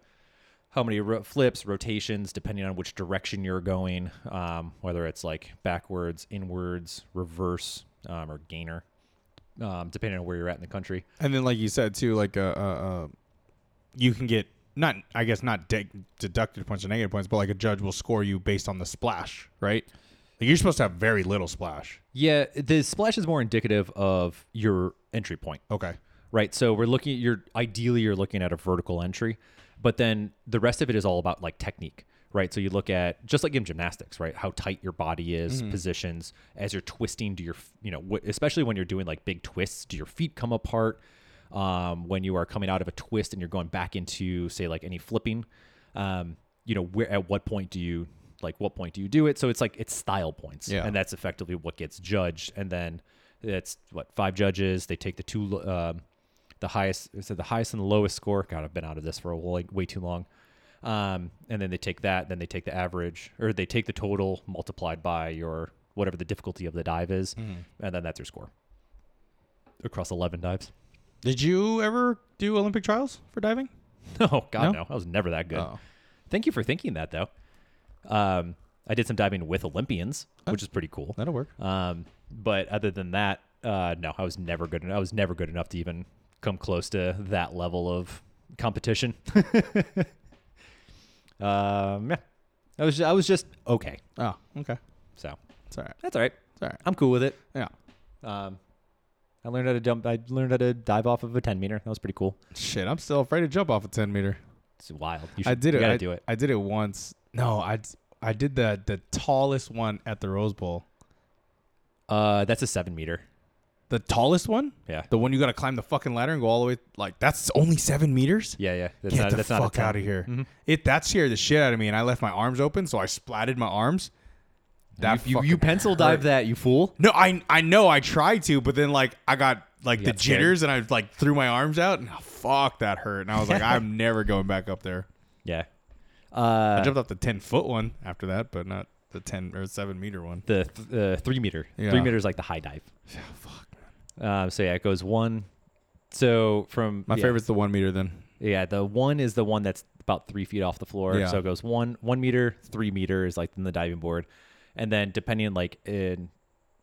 Speaker 2: how many ro- flips, rotations, depending on which direction you're going, um, whether it's like backwards, inwards, reverse, um, or gainer, um, depending on where you're at in the country.
Speaker 1: And then, like you said too, like uh, uh, uh you can get not, I guess, not de- deducted points or negative points, but like a judge will score you based on the splash, right? Like you're supposed to have very little splash.
Speaker 2: Yeah, the splash is more indicative of your entry point.
Speaker 1: Okay.
Speaker 2: right? So we're looking at your ideally you're looking at a vertical entry, but then the rest of it is all about like technique, right? So you look at just like in gymnastics, right? How tight your body is, positions as you're twisting. Do your f- you know wh- especially when you're doing like big twists, do your feet come apart? Um, when you are coming out of a twist and you're going back into say like any flipping, um, you know where at what point do you like what point do you do it? So it's like it's style points,
Speaker 1: Yeah.
Speaker 2: and that's effectively what gets judged. And then it's what five judges. They take the two lo- um, the highest so the highest and the lowest score. God, I've been out of this for a, like way too long. Um, and then they take that, then they take the average, or they take the total multiplied by your whatever the difficulty of the dive is, and then that's your score across eleven dives.
Speaker 1: Did you ever do Olympic trials for diving?
Speaker 2: Oh God, no,
Speaker 1: No?
Speaker 2: I was never that good.
Speaker 1: Oh.
Speaker 2: Thank you for thinking that though. Um, I did some diving with Olympians, which is pretty cool.
Speaker 1: that'll work.
Speaker 2: Um, but other than that, uh, no, I was never good. en- I was never good enough to even come close to that level of competition. um, yeah, I was I was just okay.
Speaker 1: Oh, okay.
Speaker 2: So
Speaker 1: It's all right.
Speaker 2: that's all right.
Speaker 1: It's all right.
Speaker 2: I'm cool with it.
Speaker 1: Yeah.
Speaker 2: Um, I learned how to jump. I learned how to dive off of a 10 meter. That was pretty cool.
Speaker 1: Shit, I'm still afraid to jump off a 10 meter.
Speaker 2: It's wild. You should,
Speaker 1: I did
Speaker 2: you
Speaker 1: it.
Speaker 2: Gotta
Speaker 1: I,
Speaker 2: do it.
Speaker 1: I did it once. No, I d- I did the the tallest one at the Rose Bowl.
Speaker 2: Uh, that's a seven meter.
Speaker 1: The tallest one?
Speaker 2: Yeah.
Speaker 1: The one you got to climb the fucking ladder and go all the way. Like, that's only seven meters?
Speaker 2: Yeah, yeah. That's
Speaker 1: Get
Speaker 2: not,
Speaker 1: the
Speaker 2: that's not a
Speaker 1: fuck
Speaker 2: ton.
Speaker 1: out of here. It That scared the shit out of me, and I left my arms open, so I splatted my arms. That
Speaker 2: You, you, you
Speaker 1: fucking
Speaker 2: pencil
Speaker 1: hurt.
Speaker 2: dive that, you fool.
Speaker 1: No, I I know I tried to, but then like I got like the
Speaker 2: got scared.
Speaker 1: jitters and I like threw my arms out and ah, fuck that hurt. And I was like, I'm never going back up there.
Speaker 2: Yeah.
Speaker 1: I
Speaker 2: Uh,
Speaker 1: jumped off the ten foot one after that, but not the ten or seven meter one.
Speaker 2: the th- uh, three meter.
Speaker 1: Yeah.
Speaker 2: Three meter is like the high dive. Yeah, fuck. Um, so yeah, it goes one. So from
Speaker 1: My
Speaker 2: yeah,
Speaker 1: favorite's the one meter then.
Speaker 2: Yeah, the one is the one that's about three feet off the floor.
Speaker 1: Yeah.
Speaker 2: So it goes one one meter, three meter is like in the diving board, and then depending on like in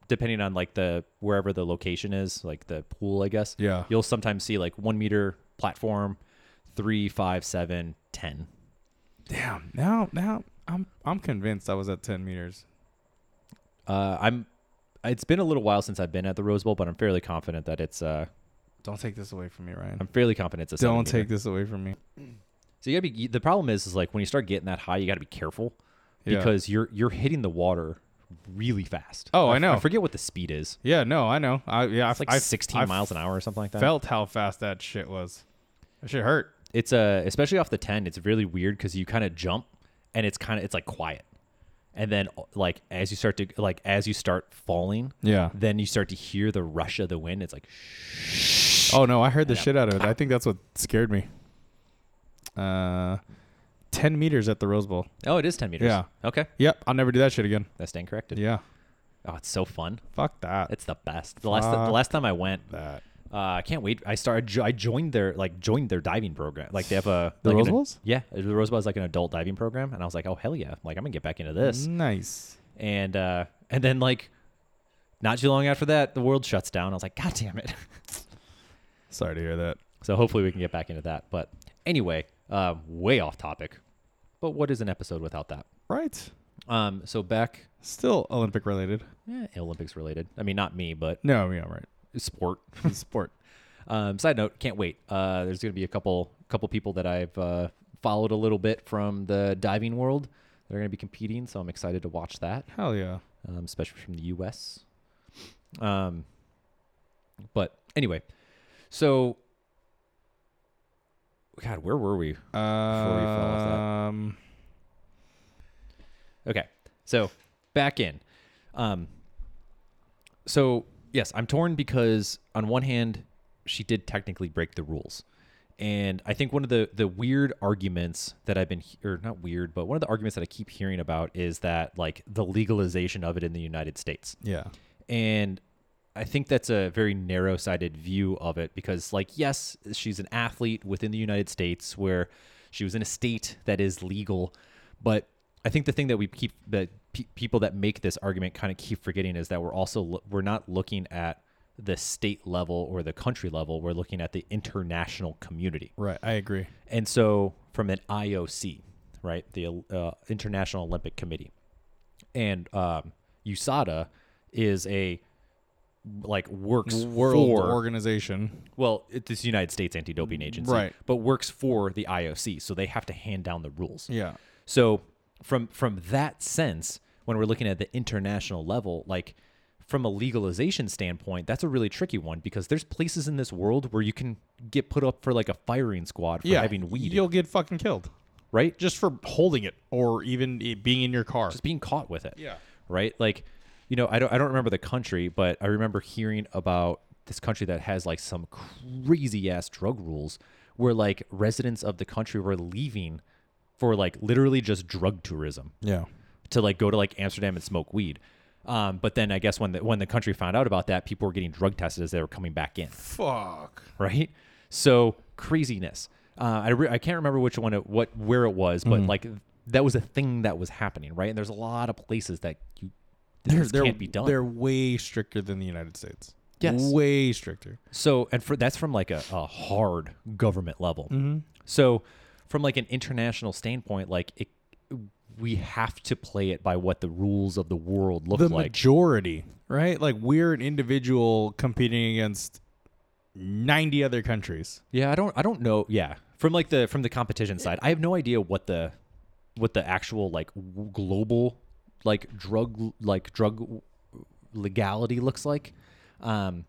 Speaker 2: depending on like the wherever the location is, like the pool, I guess.
Speaker 1: Yeah.
Speaker 2: You'll sometimes see like one meter platform, three, five, seven, ten.
Speaker 1: Damn. Now now I'm I'm convinced I was at ten meters.
Speaker 2: Uh, I'm. It's been a little while since I've been at the Rose Bowl, but I'm fairly confident that it's. Uh,
Speaker 1: Don't take this away from me, Ryan.
Speaker 2: I'm fairly confident it's a.
Speaker 1: Don't
Speaker 2: seven meter.
Speaker 1: take this away from me.
Speaker 2: So you gotta be. The problem is, is like when you start getting that high, you gotta be careful
Speaker 1: Yeah.
Speaker 2: because you're you're hitting the water really fast.
Speaker 1: Oh, I
Speaker 2: f-
Speaker 1: know.
Speaker 2: I forget what the speed is.
Speaker 1: Yeah, no, I know. I yeah,
Speaker 2: It's like
Speaker 1: I, I-
Speaker 2: 16
Speaker 1: I
Speaker 2: miles an hour or something like that.
Speaker 1: Felt how fast that shit was. That shit hurt.
Speaker 2: It's uh, especially off the 10. It's really weird because you kind of jump and it's kind of it's like quiet, and then uh, like as you start to like as you start falling,
Speaker 1: Yeah.
Speaker 2: then you start to hear the rush of the wind. It's like
Speaker 1: Oh no, I heard the shit out of it. I think that's what scared me. Uh, ten meters at the Rose Bowl.
Speaker 2: oh, it is 10 meters.
Speaker 1: Yeah.
Speaker 2: Okay.
Speaker 1: Yep, I'll never do that shit again.
Speaker 2: That's stand corrected.
Speaker 1: Yeah,
Speaker 2: Oh, it's so fun.
Speaker 1: fuck that.
Speaker 2: It's the best. The last the
Speaker 1: Fuck.
Speaker 2: last time I went, uh,
Speaker 1: that.
Speaker 2: I can't wait. I started. jo- I joined their like joined their diving program. Like they have a
Speaker 1: The
Speaker 2: like an
Speaker 1: Rose
Speaker 2: ad-
Speaker 1: Bowls?
Speaker 2: Yeah, the Rose Bowl is like an adult diving program, and I was like, oh hell yeah! Like I'm gonna get back into this.
Speaker 1: Mm-hmm. Nice.
Speaker 2: and uh and then like not too long after that the world shuts down i was like god damn it
Speaker 1: Sorry to hear that.
Speaker 2: so hopefully we can get back into that but anyway uh, way off topic but what is an episode without that
Speaker 1: Right.
Speaker 2: um so back
Speaker 1: Still Olympic related.
Speaker 2: eh, olympics related i mean not me but
Speaker 1: No, yeah, right.
Speaker 2: sport
Speaker 1: Sport.
Speaker 2: um side note can't wait uh there's gonna be a couple couple people that i've uh followed a little bit from the diving world they're gonna be competing so i'm excited to watch that
Speaker 1: Hell yeah.
Speaker 2: um, especially from the U.S. Um, but anyway, so God, where were we?
Speaker 1: Um,
Speaker 2: fall off that. Okay, so back in. Um, so yes, I'm torn because on one hand, she did technically break the rules, and I think one of the the weird arguments that I've been he- or not weird, but one of the arguments that I keep hearing about is that like the legalization of it in the United States.
Speaker 1: yeah.
Speaker 2: And I think that's a very narrow sided view of it because, like, yes, she's an athlete within the United States where she was in a state that is legal. But I think the thing that we keep that pe- people that make this argument kind of keep forgetting is that we're also lo- we're not looking at the state level or the country level. We're looking at the international community.
Speaker 1: Right. I agree.
Speaker 2: And so, from an IOC, right, the uh, International Olympic Committee, and um, USADA is a like works
Speaker 1: World
Speaker 2: for
Speaker 1: organization.
Speaker 2: well, it's the United States Anti-Doping Agency,
Speaker 1: Right.
Speaker 2: But works for the IOC, so they have to hand down the rules.
Speaker 1: Yeah.
Speaker 2: So from from that sense, when we're looking at the international level, like from a legalization standpoint, that's a really tricky one because there's places in this world where you can get put up for like a firing squad for
Speaker 1: Yeah.
Speaker 2: having weed,
Speaker 1: You'll get fucking killed
Speaker 2: right?
Speaker 1: just for holding it or even it being in your car.
Speaker 2: just being caught with it.
Speaker 1: Yeah.
Speaker 2: Right? Like, you know, I don't I don't remember the country, but I remember hearing about this country that has like some crazy ass drug rules where like residents of the country were leaving for like literally just drug tourism
Speaker 1: yeah.
Speaker 2: to like go to like Amsterdam and smoke weed. Um, but then I guess when the when the country found out about that, people were getting drug tested as they were coming back in
Speaker 1: Fuck.
Speaker 2: right? So craziness. Uh, I re- I can't remember which one it, what where it was, but like that was a thing that was happening, right? And there's a lot of places that you this
Speaker 1: they're,
Speaker 2: can't be done.
Speaker 1: They're way stricter than the United States.
Speaker 2: Yes.
Speaker 1: Way stricter.
Speaker 2: So and for that's from like a, a hard government level. So from like an international standpoint, like it, we have to play it by what the rules of the world look
Speaker 1: The
Speaker 2: like.
Speaker 1: majority, right? Like we're an individual competing against 90 other countries.
Speaker 2: Yeah, I don't I don't know. Yeah. From like the from the competition side, I have no idea what the what the actual like w- global like drug like drug legality looks like. Um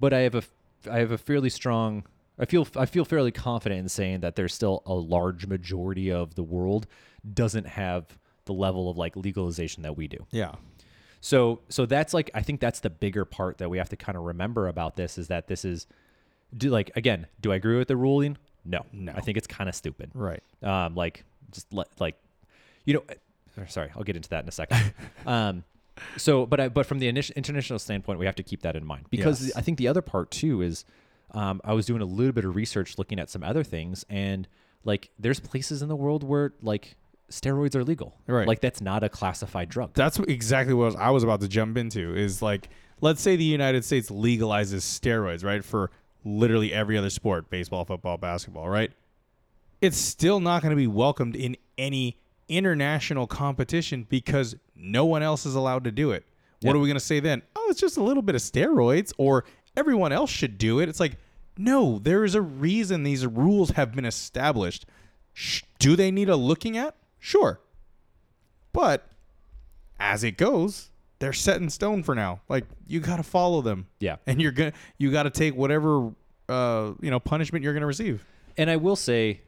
Speaker 2: but I have a f- I have a fairly strong I feel I feel fairly confident in saying that there's still a large majority of the world doesn't have the level of like legalization that we do.
Speaker 1: Yeah.
Speaker 2: So so that's like I think that's the bigger part that we have to kind of remember about this is that this is do like again, do I agree with the ruling? No.
Speaker 1: No.
Speaker 2: I think it's kind of stupid.
Speaker 1: Right.
Speaker 2: Um like just let like you know uh, sorry, I'll get into that in a second. um so but I, but from the initial international standpoint, we have to keep that in mind because
Speaker 1: Yes.
Speaker 2: I think the other part too is um, I was doing a little bit of research looking at some other things and like there's places in the world where like steroids are legal.
Speaker 1: Right.
Speaker 2: Like that's not a classified drug.
Speaker 1: That's what- exactly what I was- I was about to jump into. Is like, let's say the United States legalizes steroids, right, for literally every other sport, baseball, football, basketball, right? It's still not going to be welcomed in any international competition because no one else is allowed to do it. What are we going to say then? Oh, it's just a little bit of steroids, or everyone else should do it. It's like, no, there is a reason these rules have been established. Sh- do they need a looking at? Sure. But as it goes, they're set in stone for now. Like you got to follow them.
Speaker 2: Yeah.
Speaker 1: And you're going to you got to take whatever uh you know punishment you're going to receive.
Speaker 2: and I will say,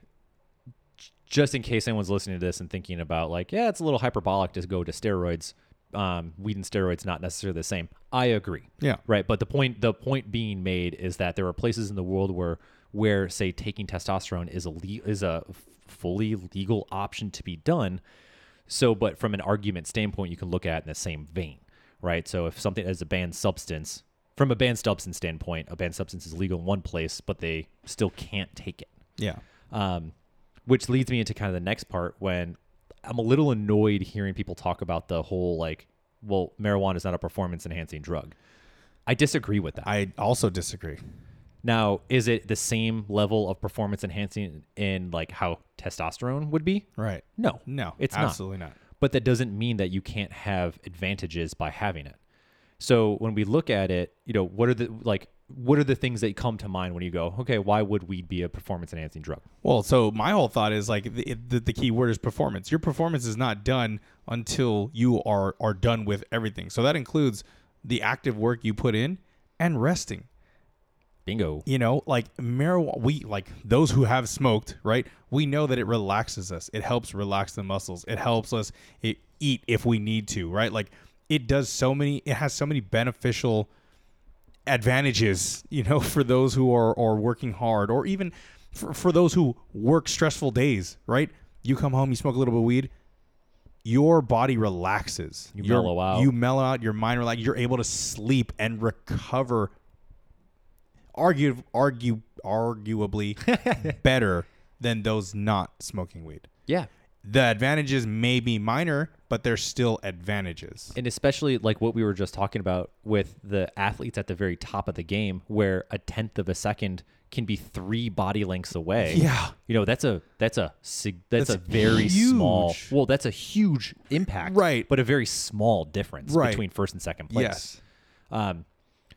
Speaker 2: j- just in case anyone's listening to this and thinking about like, yeah, it's a little hyperbolic to go to steroids. Um, weed and steroids not necessarily the same. I agree.
Speaker 1: Yeah.
Speaker 2: Right. But the point the point being made is that there are places in the world where where say taking testosterone is a le- is a f- fully legal option to be done. So, but from an argument standpoint, you can look at it in the same vein, right? So, if something is a banned substance, from a banned substance standpoint, a banned substance is legal in one place, but they still can't take it.
Speaker 1: Yeah.
Speaker 2: Um, which leads me into kind of the next part when I'm a little annoyed hearing people talk about the whole like, well, marijuana is not a performance enhancing drug. I disagree with that.
Speaker 1: I also disagree.
Speaker 2: now, is it the same level of performance enhancing in like how testosterone would be?
Speaker 1: Right.
Speaker 2: No,
Speaker 1: No.
Speaker 2: it's not
Speaker 1: absolutely not.
Speaker 2: but that doesn't mean that you can't have advantages by having it. So when we look at it, you know, what are the like what are the things that come to mind when you go, okay, why would weed be a performance enhancing drug?
Speaker 1: Well, so my whole thought is like the, the, the key word is performance. Your performance is not done until you are are done with everything. So that includes the active work you put in and resting.
Speaker 2: Bingo.
Speaker 1: you know, like marijuana, we like those who have smoked, right? We know that it relaxes us. It helps relax the muscles. It helps us i- eat if we need to, right? Like it does so many, it has so many beneficial advantages, you know, for those who are, are working hard or even for, for those who work stressful days, right? You come home, you smoke a little bit of weed, your body relaxes. You
Speaker 2: mellow out.
Speaker 1: You mellow out, your mind relax. You're able to sleep and recover argue argue arguably better than those not smoking weed.
Speaker 2: Yeah.
Speaker 1: The advantages may be minor, but they're still advantages.
Speaker 2: And especially like what we were just talking about with the athletes at the very top of the game where a tenth of a second can be three body lengths away.
Speaker 1: Yeah.
Speaker 2: You know, that's a that's a sig- that's,
Speaker 1: That's
Speaker 2: a very small
Speaker 1: huge.
Speaker 2: well, that's a huge impact.
Speaker 1: Right.
Speaker 2: But a very small difference
Speaker 1: Right.
Speaker 2: between first and second place.
Speaker 1: Yes.
Speaker 2: Um,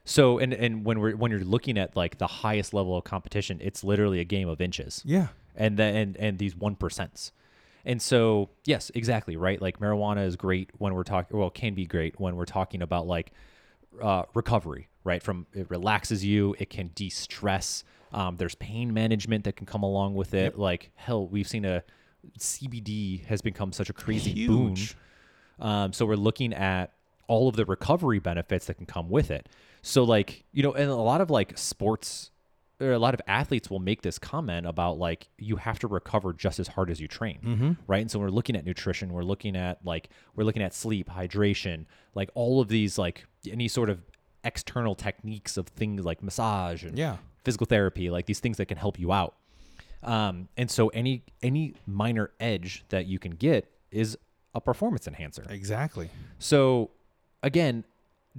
Speaker 2: so and and when we're when you're looking at like the highest level of competition, it's literally a game of inches.
Speaker 1: Yeah.
Speaker 2: And then and, and these one percents. And so yes, exactly right. Like marijuana is great when we're talking. Well, can be great when we're talking about like uh, recovery, right? From it relaxes you. It can de-stress. Um, there's pain management that can come along with it. Like hell, we've seen a CBD has become such a crazy boon.
Speaker 1: Huge.
Speaker 2: Um, so we're looking at all of the recovery benefits that can come with it. So like you know, and a lot of like sports or a lot of athletes will make this comment about like you have to recover just as hard as you train, right? And so we're looking at nutrition, we're looking at like we're looking at sleep, hydration, like all of these like any sort of external techniques of things like massage and
Speaker 1: Yeah.
Speaker 2: physical therapy, like these things that can help you out. Um, and so any any minor edge that you can get is a performance enhancer.
Speaker 1: Exactly.
Speaker 2: So again,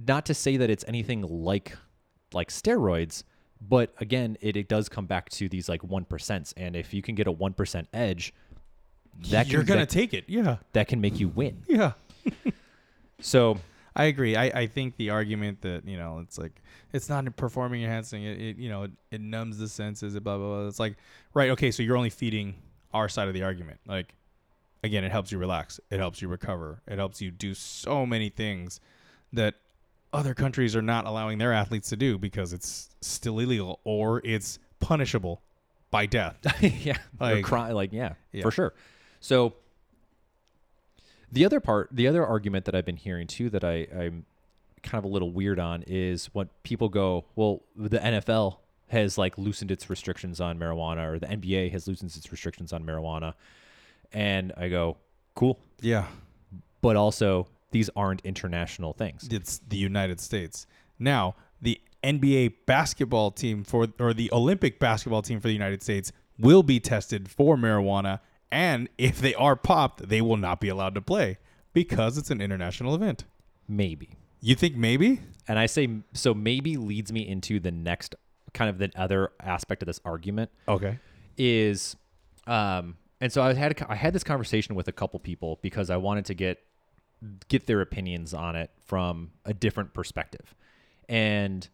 Speaker 2: not to say that it's anything like like steroids, but again, it, it does come back to these like one percents. And if you can get a one percent edge, that
Speaker 1: You're
Speaker 2: can,
Speaker 1: gonna
Speaker 2: that,
Speaker 1: take it. Yeah.
Speaker 2: that can make you win.
Speaker 1: Yeah.
Speaker 2: So
Speaker 1: I agree. I, I think the argument that you know it's like it's not performing enhancing. It, it you know it, it numbs the senses. It blah blah blah. It's like right. Okay, so you're only feeding our side of the argument. Like again, it helps you relax. It helps you recover. It helps you do so many things that other countries are not allowing their athletes to do because it's still illegal or it's punishable by death.
Speaker 3: yeah.
Speaker 1: Like-
Speaker 3: Like, cry, like yeah,
Speaker 1: Yeah.
Speaker 3: for sure.
Speaker 2: So the other part, the other argument that I've been hearing too that I, I'm kind of a little weird on is when people go, well, the NFL has like loosened its restrictions on marijuana or the NBA has loosened its restrictions on marijuana. And I go, cool.
Speaker 1: yeah.
Speaker 2: But also, these aren't international things.
Speaker 1: It's the United States. Now, the NBA basketball team for or the Olympic basketball team for the United States will be tested for marijuana and if they are popped, they will not be allowed to play because it's an international event.
Speaker 2: Maybe.
Speaker 1: You think maybe?
Speaker 2: And I say, so maybe leads me into the next kind of the other aspect of this argument.
Speaker 1: Okay.
Speaker 2: is um and so I had a co- I had this conversation with a couple people because I wanted to get get their opinions on it from a different perspective. And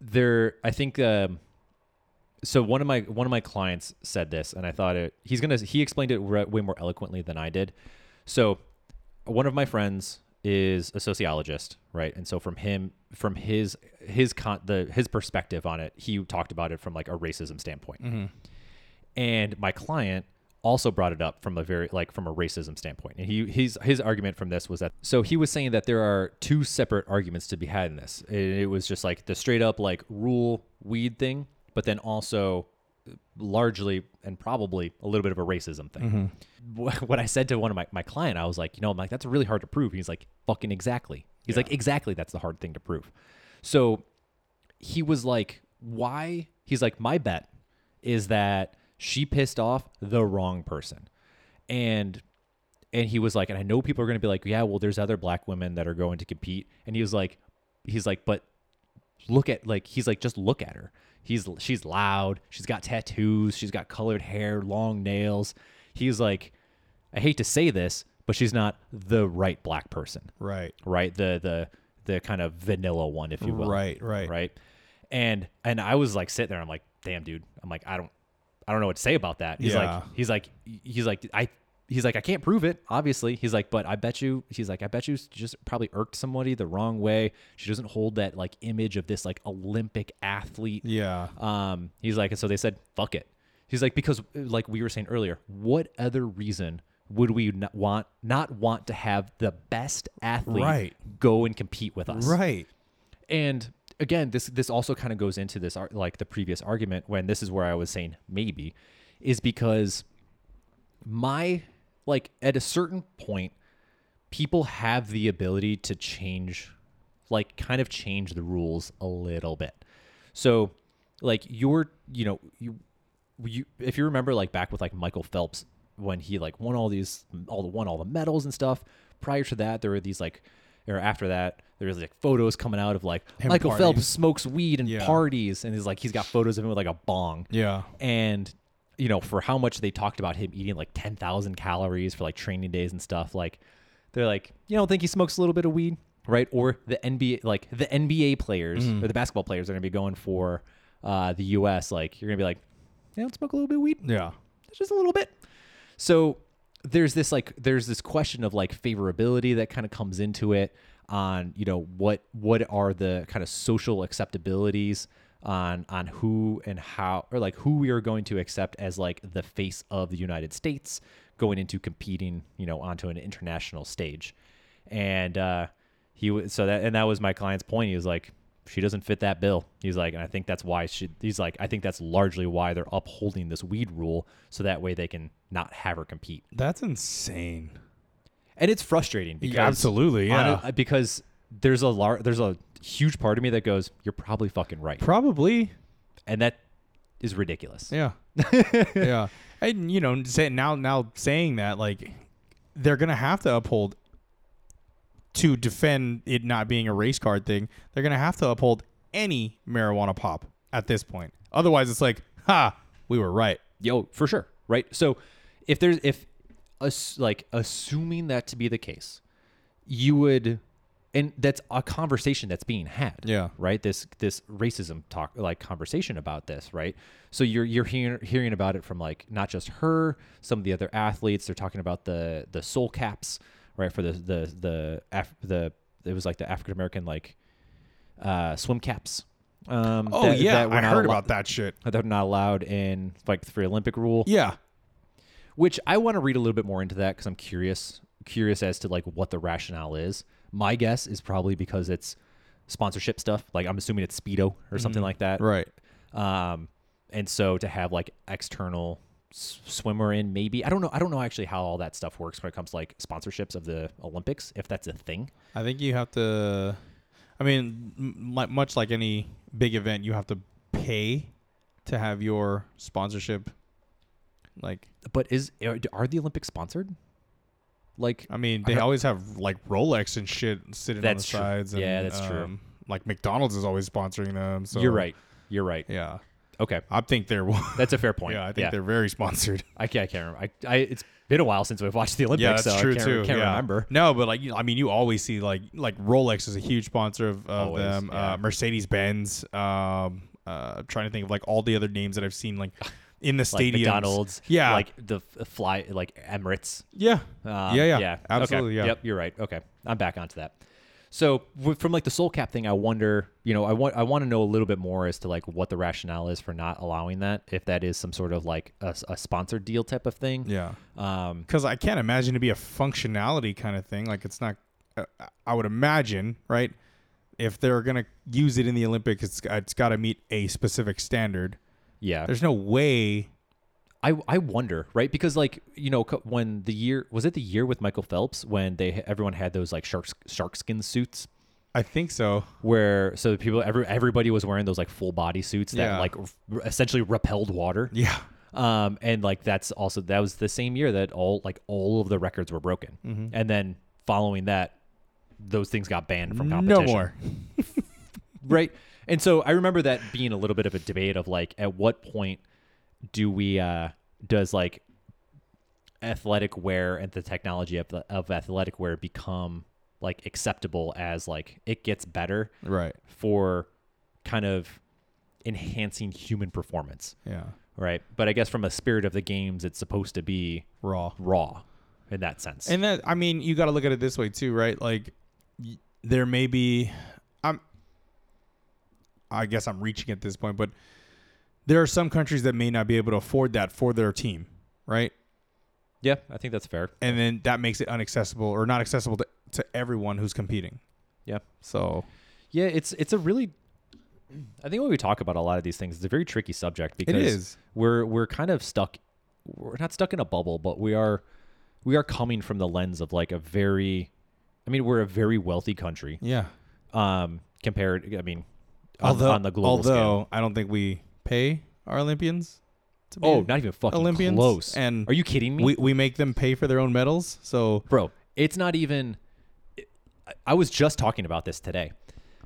Speaker 2: there I think um so one of my one of my clients said this and I thought it he's going to he explained it re- way more eloquently than I did. So one of my friends is a sociologist, right? And so from him from his his con- the his perspective on it, he talked about it from like a racism standpoint and my client also brought it up from a very like from a racism standpoint and he his his argument from this was that so he was saying that there are two separate arguments to be had in this it, it was just like the straight up like rule weed thing but then also largely and probably a little bit of a racism thing Wh- what i said to one of my, my client i was like you know i'm like that's really hard to prove he's like fucking exactly he's like exactly that's the hard thing to prove so he was like, why? He's like, my bet is that she pissed off the wrong person. And and he was like, and I know people are gonna be like, yeah, well, there's other black women that are going to compete. And he was like, he's like, but look at like he's like, just look at her. He's she's loud, she's got tattoos, she's got colored hair, long nails. He's like, I hate to say this, but she's not the right black person.
Speaker 1: Right.
Speaker 2: Right? The the the kind of vanilla one, if you will
Speaker 1: Right, right.
Speaker 2: right and and i was like sitting there i'm like damn dude i'm like i don't i don't know what to say about that he's
Speaker 1: Yeah.
Speaker 2: like he's like he's like i he's like i can't prove it obviously he's like but i bet you he's like i bet you just probably irked somebody the wrong way she doesn't hold that like image of this like olympic athlete
Speaker 1: Yeah.
Speaker 2: um, he's like, and so they said, fuck it. He's like, because like we were saying earlier, what other reason would we not want not want to have the best athlete
Speaker 1: Right.
Speaker 2: go and compete with us?
Speaker 1: Right.
Speaker 2: And again, this this also kind of goes into this ar- like the previous argument when this is where I was saying maybe is because my like at a certain point people have the ability to change like kind of change the rules a little bit. So like you're, you know, you you if you remember like back with like Michael Phelps when he like won all these all the won all the medals and stuff. Prior to that, there were these like or after that, there was like photos coming out of like
Speaker 1: Him
Speaker 2: Michael
Speaker 1: partying.
Speaker 2: Phelps smokes weed and
Speaker 1: Yeah.
Speaker 2: parties and he's like he's got photos of him with like a bong
Speaker 1: Yeah.
Speaker 2: and you know for how much they talked about him eating like 10,000 calories for like training days and stuff like they're like you don't think he smokes a little bit of weed right or the NBA like the NBA players or the basketball players are going to be going for uh the US like you're going to be like you don't smoke a little bit of weed
Speaker 1: Yeah.
Speaker 2: just a little bit. So there's this like there's this question of like favorability that kind of comes into it on you know what what are the kind of social acceptabilities on on who and how or like who we are going to accept as like the face of the United States going into competing you know onto an international stage and uh he was so that and that was my client's point he was like she doesn't fit that bill he's like and i think that's why she he's like i think that's largely why they're upholding this weed rule so that way they can not have her compete
Speaker 1: That's insane.
Speaker 2: and it's frustrating because
Speaker 1: absolutely, yeah.
Speaker 2: hone- because there's a lar- there's a huge part of me that goes you're probably fucking right
Speaker 1: Probably.
Speaker 2: and that is ridiculous
Speaker 1: Yeah. yeah. And you know, say, now now saying that like they're going to have to uphold to defend it not being a race card thing. They're going to have to uphold any marijuana pop at this point. Otherwise it's like, ha, we were right.
Speaker 2: yo for sure right so if there's if us like assuming that to be the case you would and that's a conversation that's being had
Speaker 1: Yeah.
Speaker 2: right this this racism talk like conversation about this right so you're you're hearing hearing about it from like not just her some of the other athletes they're talking about the the soul caps right for the the the Af- the it was like the African American like uh, swim caps. Um,
Speaker 1: Oh
Speaker 2: that-
Speaker 1: yeah,
Speaker 2: that were
Speaker 1: I
Speaker 2: not
Speaker 1: heard
Speaker 2: allo-
Speaker 1: about that shit.
Speaker 2: that they're not allowed in like the free Olympic rule.
Speaker 1: Yeah,
Speaker 2: Which I want to read a little bit more into that because I'm curious curious as to like what the rationale is. My guess is probably because it's sponsorship stuff. Like I'm assuming it's Speedo or something like that.
Speaker 1: Mm-hmm. right.
Speaker 2: Um, and so to have like external s- swimmer in maybe I don't know I don't know actually how all that stuff works when it comes to like sponsorships of the Olympics if that's a thing.
Speaker 1: I think you have to. I mean, m- mu- much like any big event, you have to pay to have your sponsorship. Like,
Speaker 2: But is are are the Olympics sponsored? Like
Speaker 1: I mean,
Speaker 2: I
Speaker 1: they
Speaker 2: heard-
Speaker 1: always have like Rolex and shit sitting
Speaker 2: That's
Speaker 1: on
Speaker 2: true.
Speaker 1: the sides. And,
Speaker 2: Yeah, that's true.
Speaker 1: um, Like McDonald's is always sponsoring them. So
Speaker 2: you're right. You're right.
Speaker 1: Yeah,
Speaker 2: Okay.
Speaker 1: I think they're.
Speaker 2: That's a fair point.
Speaker 1: yeah, I think they're very sponsored.
Speaker 2: I can't, I can't remember. I, I, it's been a while since we've watched the Olympics,
Speaker 1: yeah, that's
Speaker 2: so
Speaker 1: true
Speaker 2: I can't,
Speaker 1: too.
Speaker 2: can't
Speaker 1: yeah.
Speaker 2: remember.
Speaker 1: No, but like, you- I mean, you always see like like Rolex is a huge sponsor of, of
Speaker 2: Always,
Speaker 1: them.
Speaker 2: yeah.
Speaker 1: Uh, Mercedes Benz. Um, uh, trying to think of like all the other names that I've seen like in the
Speaker 2: Like
Speaker 1: stadiums.
Speaker 2: McDonald's,
Speaker 1: Yeah.
Speaker 2: like the f- fly, like Emirates.
Speaker 1: yeah. yeah.
Speaker 2: Um,
Speaker 1: Yeah.
Speaker 2: yeah,
Speaker 1: Absolutely.
Speaker 2: Okay.
Speaker 1: Yeah.
Speaker 2: Yep, you're right. Okay, I'm back onto that. So w- from like the soul cap thing, I wonder, you know, I want I want to know a little bit more as to like what the rationale is for not allowing that, if that is some sort of like a, s- a sponsored deal type of thing.
Speaker 1: Yeah.
Speaker 2: Um,
Speaker 1: Because I can't imagine to be a functionality kind of thing. Like it's not. Uh, I would imagine right. If they're gonna use it in the Olympics, it's uh, it's got to meet a specific standard.
Speaker 2: yeah.
Speaker 1: There's no way.
Speaker 2: I, I wonder, right? Because like you know, co- when the year was it the year with Michael Phelps when they everyone had those like shark shark skin suits,
Speaker 1: I think so.
Speaker 2: where so the people every, everybody was wearing those like full body suits that
Speaker 1: Yeah.
Speaker 2: like r- essentially repelled water.
Speaker 1: Yeah.
Speaker 2: Um, and like that's also that was the same year that all like all of the records were broken,
Speaker 1: Mm-hmm.
Speaker 2: and then following that, those things got banned from
Speaker 1: No
Speaker 2: competition.
Speaker 1: more.
Speaker 2: right? And so I remember that being a little bit of a debate of like, at what point do we uh does like athletic wear and the technology of, of athletic wear become like acceptable as like it gets better
Speaker 1: Right.
Speaker 2: for kind of enhancing human performance
Speaker 1: Yeah.
Speaker 2: right but i guess from a spirit of the games it's supposed to be
Speaker 1: Raw.
Speaker 2: raw in that sense
Speaker 1: And that I mean, you got to look at it this way too, right? Like y- there may be I'm I guess I'm reaching at this point, but there are some countries that may not be able to afford that for their team, right?
Speaker 2: yeah i think that's fair
Speaker 1: And then that makes it unaccessible or not accessible to, to everyone who's competing.
Speaker 2: yeah
Speaker 1: So,
Speaker 2: Yeah, it's it's a really I think when we talk about a lot of these things, it's a very tricky subject because
Speaker 1: is.
Speaker 2: we're we're kind of stuck we're not stuck in a bubble, but we are we are coming from the lens of like a very I mean, we're a very wealthy country.
Speaker 1: yeah.
Speaker 2: Um compared I mean on, on the global
Speaker 1: although
Speaker 2: scale.
Speaker 1: I don't think we pay our Olympians. To be
Speaker 2: Oh, not even fucking
Speaker 1: Olympians
Speaker 2: close.
Speaker 1: and
Speaker 2: are you kidding me?
Speaker 1: we we make them pay for their own medals. So,
Speaker 2: bro it's not even I- i was just talking about this today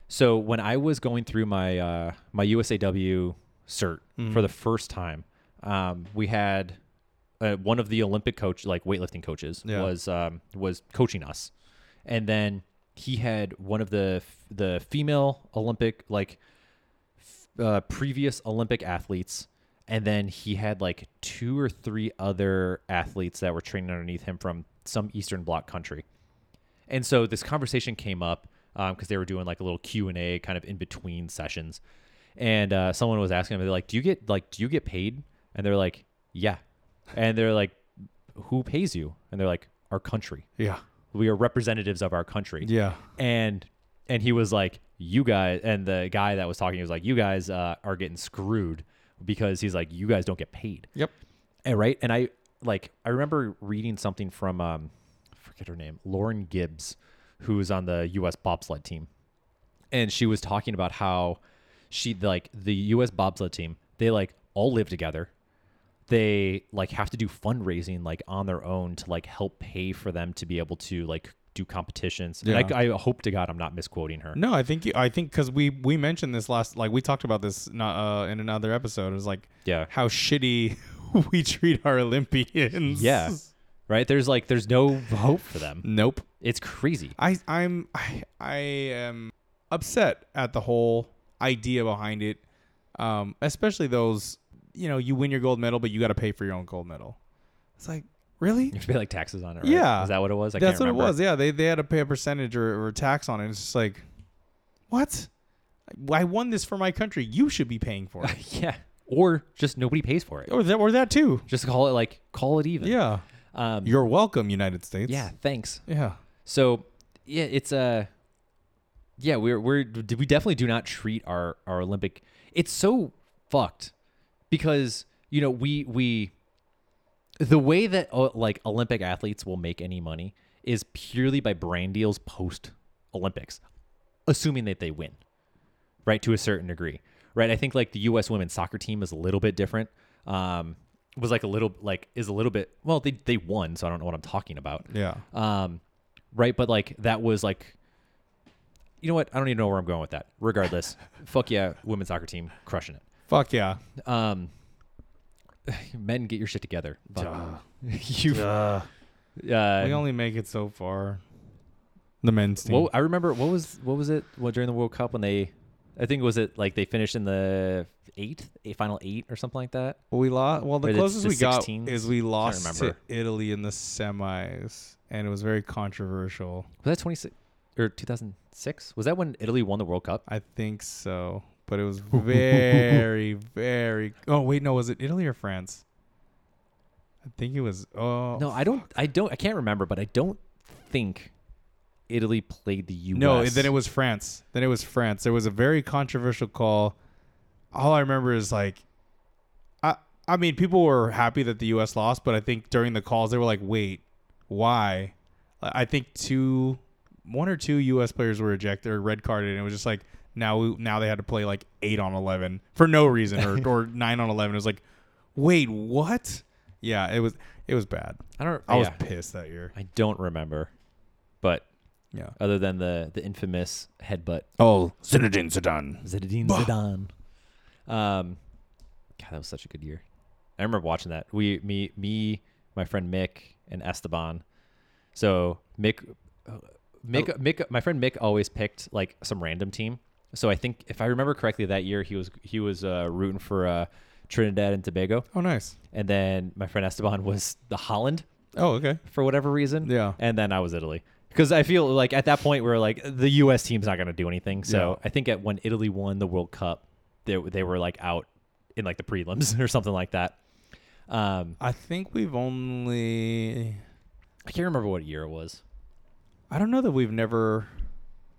Speaker 2: so when i was going through my uh my usaw cert
Speaker 1: Mm-hmm.
Speaker 2: for the first time um we had uh, one of the olympic coach like weightlifting coaches
Speaker 1: Yeah.
Speaker 2: was um was coaching us and then he had one of the f- the female olympic like uh, previous Olympic athletes, and then he had like two or three other athletes that were training underneath him from some Eastern Bloc country. And so this conversation came up because they were doing like a little Q and A kind of in between sessions, and uh, someone was asking him, they're like, "Do you get like do you get paid?" And they're like, "Yeah," and they're like, "Who pays you?" And they're like, "Our country.
Speaker 1: yeah.
Speaker 2: We are representatives of our country."
Speaker 1: Yeah.
Speaker 2: and and he was like you guys and the guy that was talking he was like you guys uh, are getting screwed because he's like you guys don't get paid
Speaker 1: Yep.
Speaker 2: and Eh, right and i like i remember reading something from um I forget her name lauren gibbs who was on the us bobsled team and she was talking about how she like the us bobsled team they like all live together they like have to do fundraising like on their own to like help pay for them to be able to like do competitions and
Speaker 1: Yeah.
Speaker 2: I, I hope to god i'm not misquoting her
Speaker 1: No, I think you, I think because we we mentioned this last like we talked about this not, uh, in another episode. It was like
Speaker 2: Yeah.
Speaker 1: how shitty we treat our Olympians.
Speaker 2: yeah right there's like there's no hope for them
Speaker 1: Nope.
Speaker 2: it's crazy
Speaker 1: I I'm I, I am upset at the whole idea behind it. Um, especially those you know you win your gold medal, but you got to pay for your own gold medal. It's like Really?
Speaker 2: You have to pay like taxes on it, right?
Speaker 1: Yeah.
Speaker 2: Is that what it was? I
Speaker 1: That's
Speaker 2: can't
Speaker 1: what it
Speaker 2: remember.
Speaker 1: was. Yeah, they they had to pay a percentage or, or a tax on it. It's just like, what? I won this for my country. You should be paying for it,
Speaker 2: yeah. Or just nobody pays for it.
Speaker 1: or that or that too.
Speaker 2: Just call it like call it even.
Speaker 1: Yeah,
Speaker 2: Um,
Speaker 1: you're welcome, United States.
Speaker 2: yeah. Thanks.
Speaker 1: yeah.
Speaker 2: So yeah, it's uh, yeah. We're we're d- we definitely do not treat our our Olympic. It's so fucked because you know we we the way that uh, like Olympic athletes will make any money is purely by brand deals post Olympics, assuming that they win, right? To a certain degree, right? I think like the U.S. women's soccer team is a little bit different. Um, was like a little like is a little bit well they they won so I don't know what I'm talking about
Speaker 1: Yeah.
Speaker 2: um right but like that was like you know what i don't even know where i'm going with that regardless fuck yeah women's soccer team crushing it
Speaker 1: Fuck yeah.
Speaker 2: um men get your shit together you
Speaker 1: we
Speaker 2: uh
Speaker 1: only make it so far. The men's team.
Speaker 2: well i remember what was what was it what, during the world cup when they i think was it like they finished in the eighth a final eight or something like that
Speaker 1: Well, we lost. Well,
Speaker 2: Or
Speaker 1: the
Speaker 2: the-
Speaker 1: closest
Speaker 2: the
Speaker 1: we got
Speaker 2: 16s?
Speaker 1: is we lost to
Speaker 2: remember.
Speaker 1: Italy in the semis, and it was very controversial.
Speaker 2: was that 26 or 2006 was that when italy won the world cup
Speaker 1: I think so, but it was very, very. Oh wait, no, was it Italy or France? I think it was. Oh
Speaker 2: no i don't i don't i can't remember but i don't think italy played the us
Speaker 1: no. Then it was France. Then it was France. There was a very controversial call. All I remember is like, I I mean, people were happy that the U.S. lost, but I think during the calls they were like, wait, why? I I think two, one or two U.S. players were ejected or red carded, and it was just like now we, now they had to play like eight on eleven for no reason or or nine on eleven. It was like, wait, what? Yeah, it was it was bad.
Speaker 2: I don't.
Speaker 1: I was
Speaker 2: yeah.
Speaker 1: pissed that year.
Speaker 2: I don't remember, but
Speaker 1: Yeah.
Speaker 2: other than the the infamous headbutt,
Speaker 1: Oh, Zinedine Zidane.
Speaker 2: Zinedine Zidane. Um, God, that was such a good year. I remember watching that. We, me, me, my friend Mick and Esteban. So Mick, uh, Mick, Mick, my friend Mick always picked like some random team. So I think if I remember correctly, that year he was he was uh, rooting for uh, Trinidad and Tobago,
Speaker 1: Oh, nice.
Speaker 2: and then my friend Esteban was the Holland
Speaker 1: Oh, okay.
Speaker 2: for whatever reason.
Speaker 1: Yeah.
Speaker 2: Oh. And then I was Italy. Because I feel like at that point we are like the U.S. team's not going to do anything. So I think at when Italy won the World Cup, they they were like out in like the prelims or something like that. Um,
Speaker 1: I think we've only.
Speaker 2: I can't remember what year it was.
Speaker 1: I don't know that we've never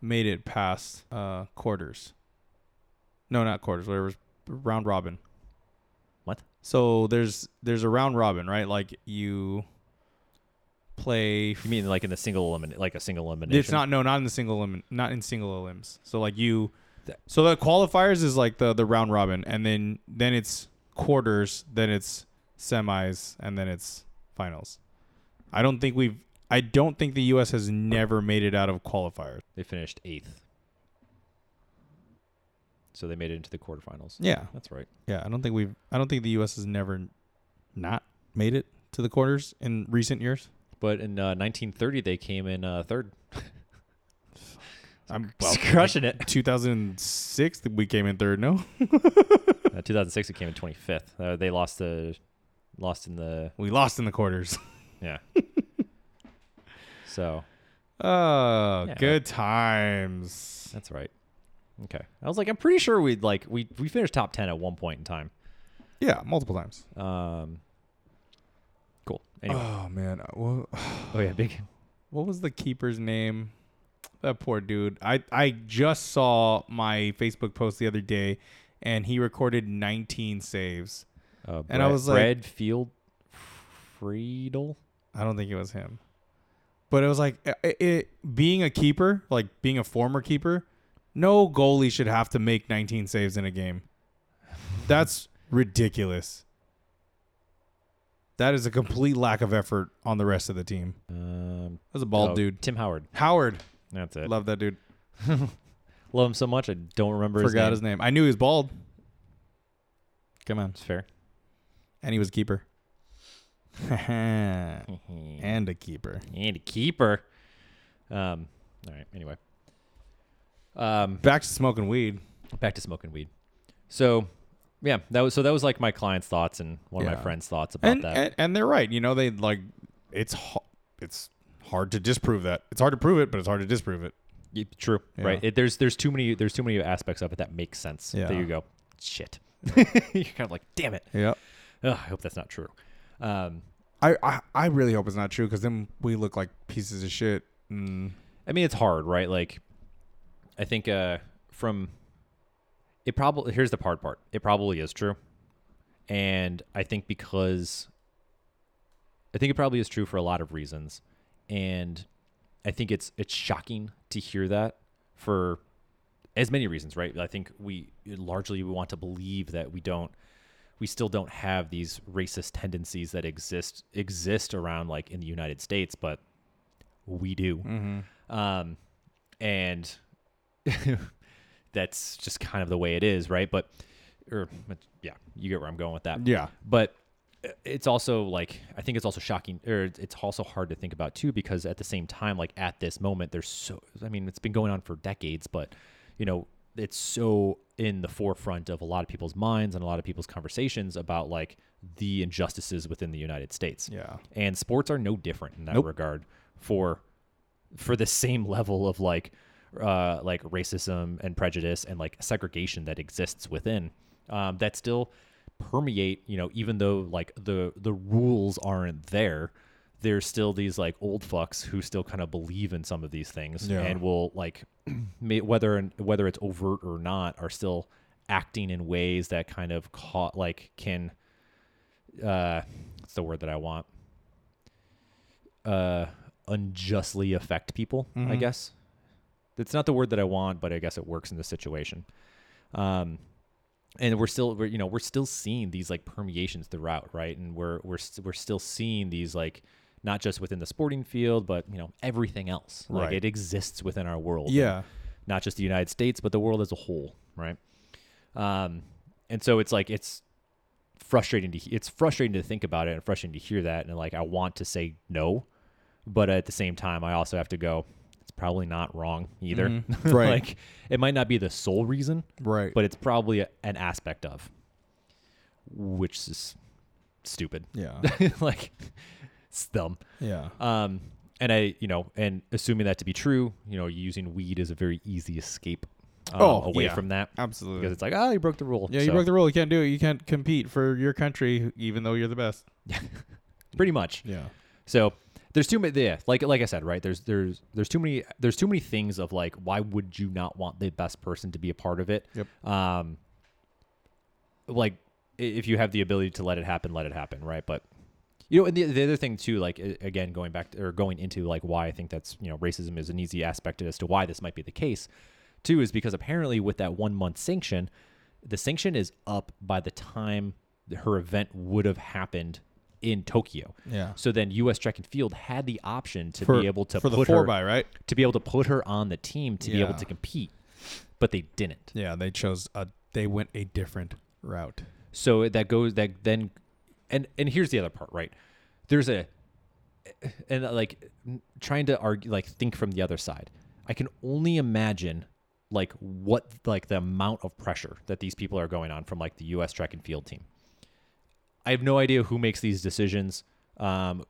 Speaker 1: made it past uh, quarters. No, not quarters. Whatever. it's- Round robin.
Speaker 2: What?
Speaker 1: So there's there's a round robin, right? Like you play.
Speaker 2: You mean like in the single elimin like a single elimination?
Speaker 1: It's not no, not in the single limb, not in single limbs. So like you,
Speaker 2: Th-
Speaker 1: so the qualifiers is like the the round robin, and then then it's quarters, then it's semis, and then it's finals. I don't think we've. I don't think the U.S. has never made it out of qualifiers.
Speaker 2: They finished eighth, so they made it into the quarterfinals.
Speaker 1: Yeah,
Speaker 2: That's right.
Speaker 1: yeah. I don't think we've. I don't think the U.S. has never not made it to the quarters in recent years.
Speaker 2: But in uh, 1930, they came in uh, third,
Speaker 1: I'm well,
Speaker 2: crushing it.
Speaker 1: 2006 we came in third. No,
Speaker 2: Uh, 2006, it came in 25th. Uh, they lost the lost in the
Speaker 1: we lost in the quarters.
Speaker 2: yeah. so
Speaker 1: Oh,
Speaker 2: Yeah.
Speaker 1: good times.
Speaker 2: that's right. Okay, I was like, I'm pretty sure we like we we finished top 10 at one point in time.
Speaker 1: Yeah, multiple times.
Speaker 2: Um, cool. Anyway,
Speaker 1: Oh man, what,
Speaker 2: oh yeah, big.
Speaker 1: what was the keeper's name? That poor dude. I I just saw my Facebook post the other day, and he recorded 19 saves.
Speaker 2: Uh,
Speaker 1: And I was like-
Speaker 2: Brad Field Friedel.
Speaker 1: I don't think it was him. But it was like uh, it, it being a keeper, like being a former keeper, no goalie should have to make 19 saves in a game. That's ridiculous. That is a complete lack of effort on the rest of the team.
Speaker 2: Um,
Speaker 1: That's a bald
Speaker 2: oh,
Speaker 1: dude.
Speaker 2: Tim Howard.
Speaker 1: Howard,
Speaker 2: That's it. Love,
Speaker 1: love that dude.
Speaker 2: him so much. I don't remember.
Speaker 1: Forgot
Speaker 2: his
Speaker 1: his
Speaker 2: name.
Speaker 1: name. I knew he was bald. Come on,
Speaker 2: It's fair.
Speaker 1: and he was a keeper. and a keeper.
Speaker 2: And a keeper. Um. All right. Anyway. Um.
Speaker 1: Back to smoking weed.
Speaker 2: back to smoking weed. So, yeah, that was so that was like my client's thoughts and one of
Speaker 1: Yeah.
Speaker 2: my friends' thoughts about
Speaker 1: and,
Speaker 2: that.
Speaker 1: and and they're right. You know, they like it's ho- it's hard to disprove that. It's hard to prove it, but it's hard to disprove it.
Speaker 2: Y- True.
Speaker 1: Yeah.
Speaker 2: Right. It, there's there's too many there's too many aspects of it that make sense.
Speaker 1: Yeah.
Speaker 2: There you go. Shit. You're kind of like, damn it.
Speaker 1: Yeah.
Speaker 2: Ugh, I hope that's not true. Um,
Speaker 1: I, I, I really hope it's not true because then we look like pieces of shit. Mm.
Speaker 2: I mean, it's hard, right? Like, I think uh, from it probably here's the hard part. It probably is true, and I think because I think it probably is true for a lot of reasons, and I think it's it's shocking to hear that for as many reasons, right? I think we largely we want to believe that we don't we still don't have these racist tendencies that exist exist around like in the United States, but we do. Um, and that's just kind of the way it is, right? But, or yeah, you get where I'm going with that.
Speaker 1: Yeah.
Speaker 2: But uh, it's also like I think it's also shocking, or it's also hard to think about too, because at the same time, like at this moment, there's so I mean, it's been going on for decades, but you know, it's so in the forefront of a lot of people's minds and a lot of people's conversations about like the injustices within the United States
Speaker 1: Yeah.
Speaker 2: and sports are no different in that
Speaker 1: Nope.
Speaker 2: regard for for the same level of like uh like racism and prejudice and like segregation that exists within um that still permeate you know even though like the the rules aren't there there's still these like old fucks who still kind of believe in some of these things
Speaker 1: Yeah.
Speaker 2: and will like may, whether and whether it's overt or not are still acting in ways that kind of caught like can uh what's the word that I want? Uh unjustly affect people, I guess. That's not the word that I want, but I guess it works in the situation. Um and we're still we're, you know, we're still seeing these like permeations throughout, right? And we're we're s- we're still seeing these like not just within the sporting field, but you know, everything else. Like
Speaker 1: Right.
Speaker 2: it exists within our world
Speaker 1: Yeah.
Speaker 2: not just the United States, but the world as a whole, right? Um, and so it's like it's frustrating to he- it's frustrating to think about it and frustrating to hear that, and like I want to say no, but at the same time I also have to go. It's probably not wrong either.
Speaker 1: Mhm. Right.
Speaker 2: like it might not be the sole reason,
Speaker 1: Right.
Speaker 2: but it's probably a, an aspect of, which is stupid.
Speaker 1: yeah.
Speaker 2: like it's dumb.
Speaker 1: Yeah.
Speaker 2: Um, and I, you know, and assuming that to be true, you know, using weed is a very easy escape um,
Speaker 1: Oh,
Speaker 2: away
Speaker 1: yeah.
Speaker 2: from that
Speaker 1: Absolutely.
Speaker 2: because it's like, oh, you broke the rule.
Speaker 1: yeah, you
Speaker 2: So,
Speaker 1: broke the rule. You can't do it. You can't compete for your country, even though you're the best.
Speaker 2: pretty much.
Speaker 1: Yeah.
Speaker 2: So there's too many. Yeah, like like I said, right? There's there's there's too many there's too many things of like, why would you not want the best person to be a part of it?
Speaker 1: Yep.
Speaker 2: Um, like i- if you have the ability to let it happen, let it happen, right? But you know, and the, the other thing too, like a- again, going back to, or going into like why I think that's you know racism is an easy aspect as to why this might be the case, too, is because apparently with that one month sanction, the sanction is up by the time that her event would have happened in Tokyo.
Speaker 1: Yeah.
Speaker 2: So then U.S. Track and Field had the option to be able to
Speaker 1: for the
Speaker 2: put
Speaker 1: four
Speaker 2: her
Speaker 1: by right.
Speaker 2: to be able to put her on the team to be able
Speaker 1: Yeah.
Speaker 2: to compete, but they didn't.
Speaker 1: Yeah, they chose a. They went a different route.
Speaker 2: So that goes that then, and and here's the other part, right? There's a, and uh, like trying to argue, like think from the other side. I can only imagine like what like the amount of pressure that these people are going on from like the U.S. track and field team. I have no idea who makes these decisions, um,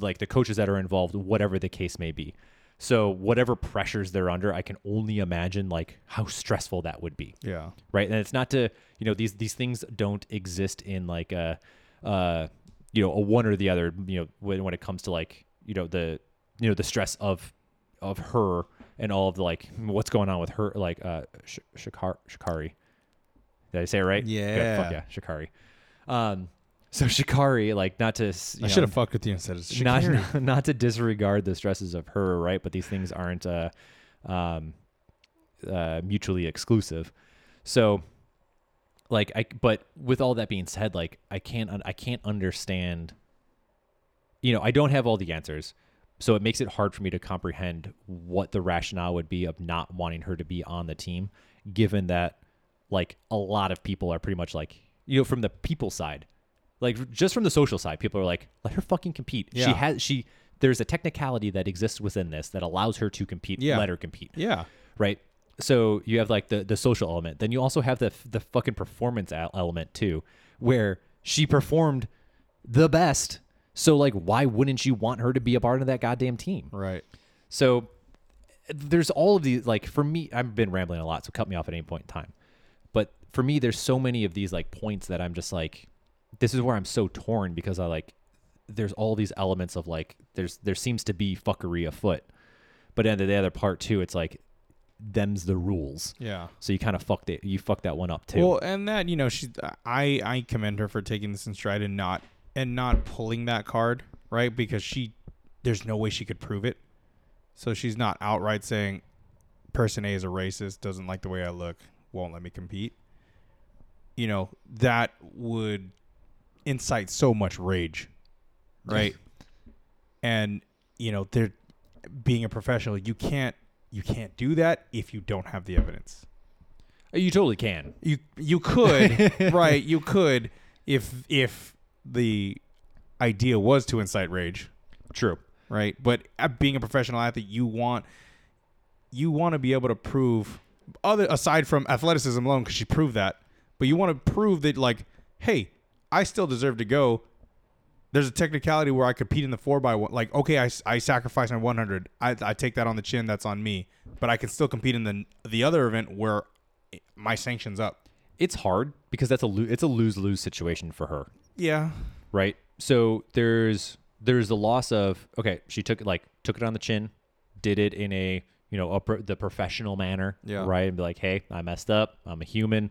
Speaker 2: like the coaches that are involved, whatever the case may be. So whatever pressures they're under, I can only imagine like how stressful that would be
Speaker 1: Yeah.
Speaker 2: right and it's not to you know these these things don't exist in like a uh you know a one or the other you know when, when it comes to like you know the you know the stress of of her and all of the like what's going on with her like uh Sh- Shikar- shikari did i say it right Good,
Speaker 1: Yeah.
Speaker 2: fuck yeah shikari um so shikari like not to s- you
Speaker 1: I
Speaker 2: know,
Speaker 1: should have fucked with you and said it's
Speaker 2: not
Speaker 1: Shakira.
Speaker 2: not to disregard the stresses of her, right? But these things aren't uh, um, uh, mutually exclusive. So, like, I but with all that being said, like, I can't un- I can't understand. You know, I don't have all the answers, so it makes it hard for me to comprehend what the rationale would be of not wanting her to be on the team, given that like a lot of people are pretty much like you know from the people side like just from the social side people are like let her fucking compete she
Speaker 1: Yeah.
Speaker 2: has she there's a technicality that exists within this that allows her to compete
Speaker 1: Yeah.
Speaker 2: let her compete
Speaker 1: Yeah.
Speaker 2: right so you have like the the social element then you also have the the fucking performance al- element too where she performed the best So like why wouldn't you want her to be a part of that goddamn team?
Speaker 1: Right.
Speaker 2: So there's all of these like for me I've been rambling a lot so cut me off at any point in time. But for me there's so many of these like points that I'm just like this is where I'm so torn because I like there's all these elements of like there's there seems to be fuckery afoot. But then the other part too it's like them's the rules.
Speaker 1: Yeah.
Speaker 2: So you kind of fucked it you fucked that one up too.
Speaker 1: Well, and that you know, she, I, I commend her for taking this in stride and not, and not pulling that card, right? Because she, there's no way she could prove it, so she's not outright saying, person A is a racist, doesn't like the way I look, won't let me compete. You know that would incite so much rage, right? and you know, there, being a professional, you can't, you can't do that if you don't have the evidence
Speaker 2: you totally can.
Speaker 1: you you could right you could if if the idea was to incite rage
Speaker 2: True.
Speaker 1: right but uh, being a professional athlete you want you want to be able to prove other aside from athleticism alone because she proved that but you want to prove that like hey i still deserve to go there's a technicality where i compete in the 4 by one like okay i, s- I sacrifice my 100 I, I take that on the chin that's on me but i can still compete in the the other event where eh, my sanctions up
Speaker 2: It's hard because that's a lo- it's a lose-lose situation for her.
Speaker 1: yeah
Speaker 2: right? So there's there's the loss of okay, she took it like took it on the chin, did it in a you know a, pro- the professional manner,
Speaker 1: Yeah.
Speaker 2: right? And be like, hey, I messed up. I'm a human.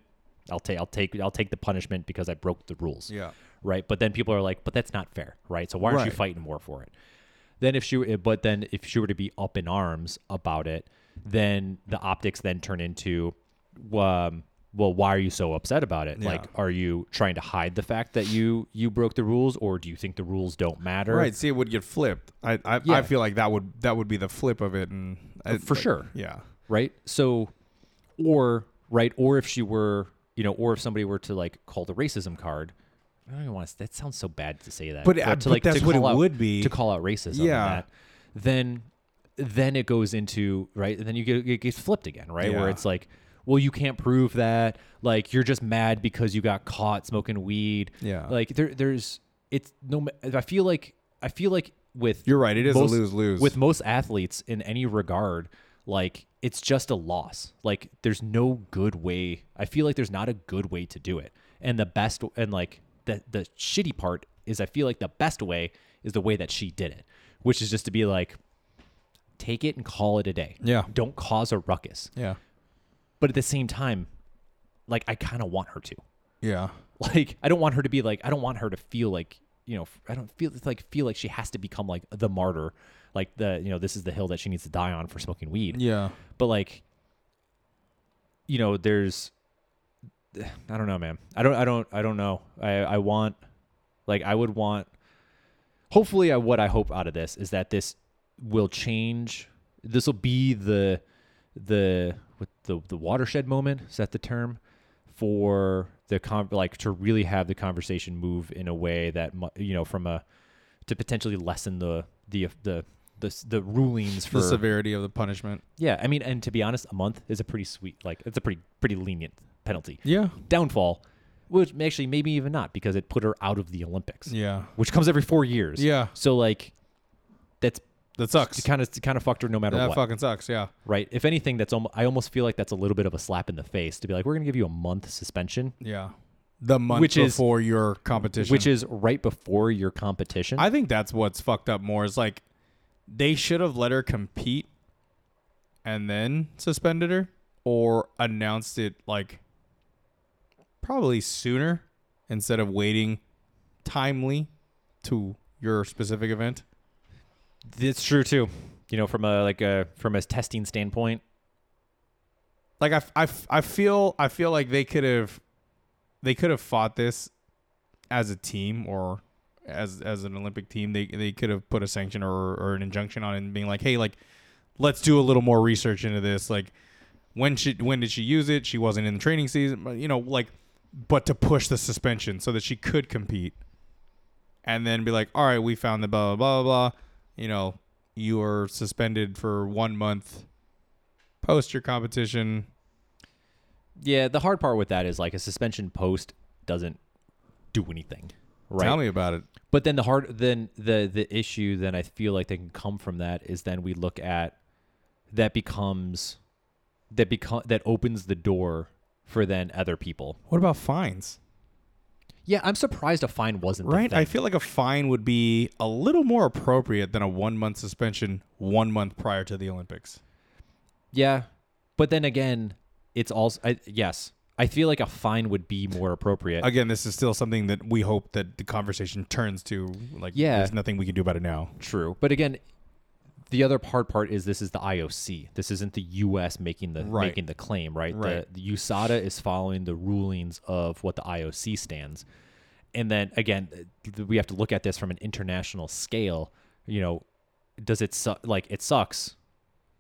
Speaker 2: I'll take I'll take I'll take the punishment because I broke the rules,
Speaker 1: Yeah.
Speaker 2: right? But then people are like, but that's not fair, right? So why aren't you
Speaker 1: Right.
Speaker 2: fighting more for it? Then if she were- but then if she were to be up in arms about it, then the optics then turn into um, well, why are you so upset about it? Like, are you trying to hide the fact that you you broke the rules, or do you think the rules don't matter?
Speaker 1: Right. See, it would get flipped. I I,
Speaker 2: Yeah.
Speaker 1: I feel like that would that would be the flip of it, and I-
Speaker 2: for
Speaker 1: like,
Speaker 2: sure.
Speaker 1: Yeah.
Speaker 2: right? So, or right, or if she were, you know, or if somebody were to like call the racism card, I don't even want to. That sounds so bad to say that,
Speaker 1: But, uh,
Speaker 2: to
Speaker 1: but that's what it
Speaker 2: call out-
Speaker 1: would be.
Speaker 2: to call out racism. and
Speaker 1: Yeah.
Speaker 2: that, then then it goes into right, and then you get it gets flipped again, right? Where
Speaker 1: Yeah.
Speaker 2: it's like. Well, you can't prove that. Like, you're just mad because you got caught smoking weed.
Speaker 1: Yeah.
Speaker 2: Like, there, there's, it's no. ma- I feel like, I feel like with
Speaker 1: You're right. It is a
Speaker 2: most-
Speaker 1: lose-lose.
Speaker 2: with most athletes in any regard like it's just a loss like there's no good way i feel like there's not a good way to do it and the best and like the the shitty part is i feel like the best way is the way that she did it which is just to be like take it and call it a day
Speaker 1: Yeah.
Speaker 2: don't cause a ruckus
Speaker 1: Yeah.
Speaker 2: but at the same time like i kind of want her to
Speaker 1: Yeah.
Speaker 2: like i don't want her to be like i don't want her to feel like you know i don't feel it's like feel like she has to become like the martyr like the you know this is the hill that she needs to die on for smoking weed
Speaker 1: Yeah.
Speaker 2: but like you know there's i don't know man i don't i don't i don't know i i want like i would want hopefully I, what i hope out of this is that this will change this will be the the with the the watershed moment is that the term for the con like to really have the conversation move in a way that mu- you know from a to potentially lessen the the the the, the rulings for
Speaker 1: the severity of the punishment.
Speaker 2: yeah, I mean, and to be honest, a month is a pretty sweet, like it's a pretty pretty lenient penalty.
Speaker 1: Yeah.
Speaker 2: Downfall, which actually maybe even not because it put her out of the Olympics,
Speaker 1: Yeah.
Speaker 2: which comes every four years.
Speaker 1: Yeah.
Speaker 2: So like, that's
Speaker 1: That sucks.
Speaker 2: kind of kind of fucked her no matter
Speaker 1: That
Speaker 2: what,
Speaker 1: fucking sucks. Yeah.
Speaker 2: right? If anything, that's almost I almost feel like that's a little bit of a slap in the face to be like, we're gonna give you a month suspension,
Speaker 1: Yeah. The month
Speaker 2: Which is-
Speaker 1: before your competition.
Speaker 2: which is right before your competition.
Speaker 1: I think that's what's fucked up more is like they should have let her compete and then suspended her or announced it like probably sooner instead of waiting timely to your specific event.
Speaker 2: it's true too, you know, from a like a from a testing standpoint.
Speaker 1: Like I, f- I, f- I feel I feel like they could have they could have fought this as a team or as as an Olympic team. They they could have put a sanction or, or an injunction on it and being like, hey, like let's do a little more research into this. Like when she when did she use it? She wasn't in the training season, but you know, like but to push the suspension so that she could compete. And then be like, all right, we found the blah blah blah blah. You know, you are suspended for one month post your competition.
Speaker 2: Yeah, the hard part with that is like a suspension post doesn't do anything, right?
Speaker 1: Tell me about it.
Speaker 2: But then the hard then the the issue then I feel like that can come from that is then we look at that becomes that become that opens the door for then other people.
Speaker 1: What about fines?
Speaker 2: Yeah, I'm surprised a fine wasn't the
Speaker 1: Right?
Speaker 2: thing.
Speaker 1: I feel like a fine would be a little more appropriate than a one month suspension one month prior to the Olympics.
Speaker 2: yeah, but then again, it's also I, yes. I feel like a fine would be more appropriate.
Speaker 1: Again, this is still something that we hope that the conversation turns to like
Speaker 2: Yeah.
Speaker 1: there's nothing we can do about it now.
Speaker 2: True, but again, the other hard part is this is the IOC. This isn't the U.S. making the
Speaker 1: Right.
Speaker 2: making the claim, right?
Speaker 1: Right.
Speaker 2: The, the USADA is following the rulings of what the IOC stands, and then again, th- we have to look at this from an international scale. You know, does it suck? Like it sucks,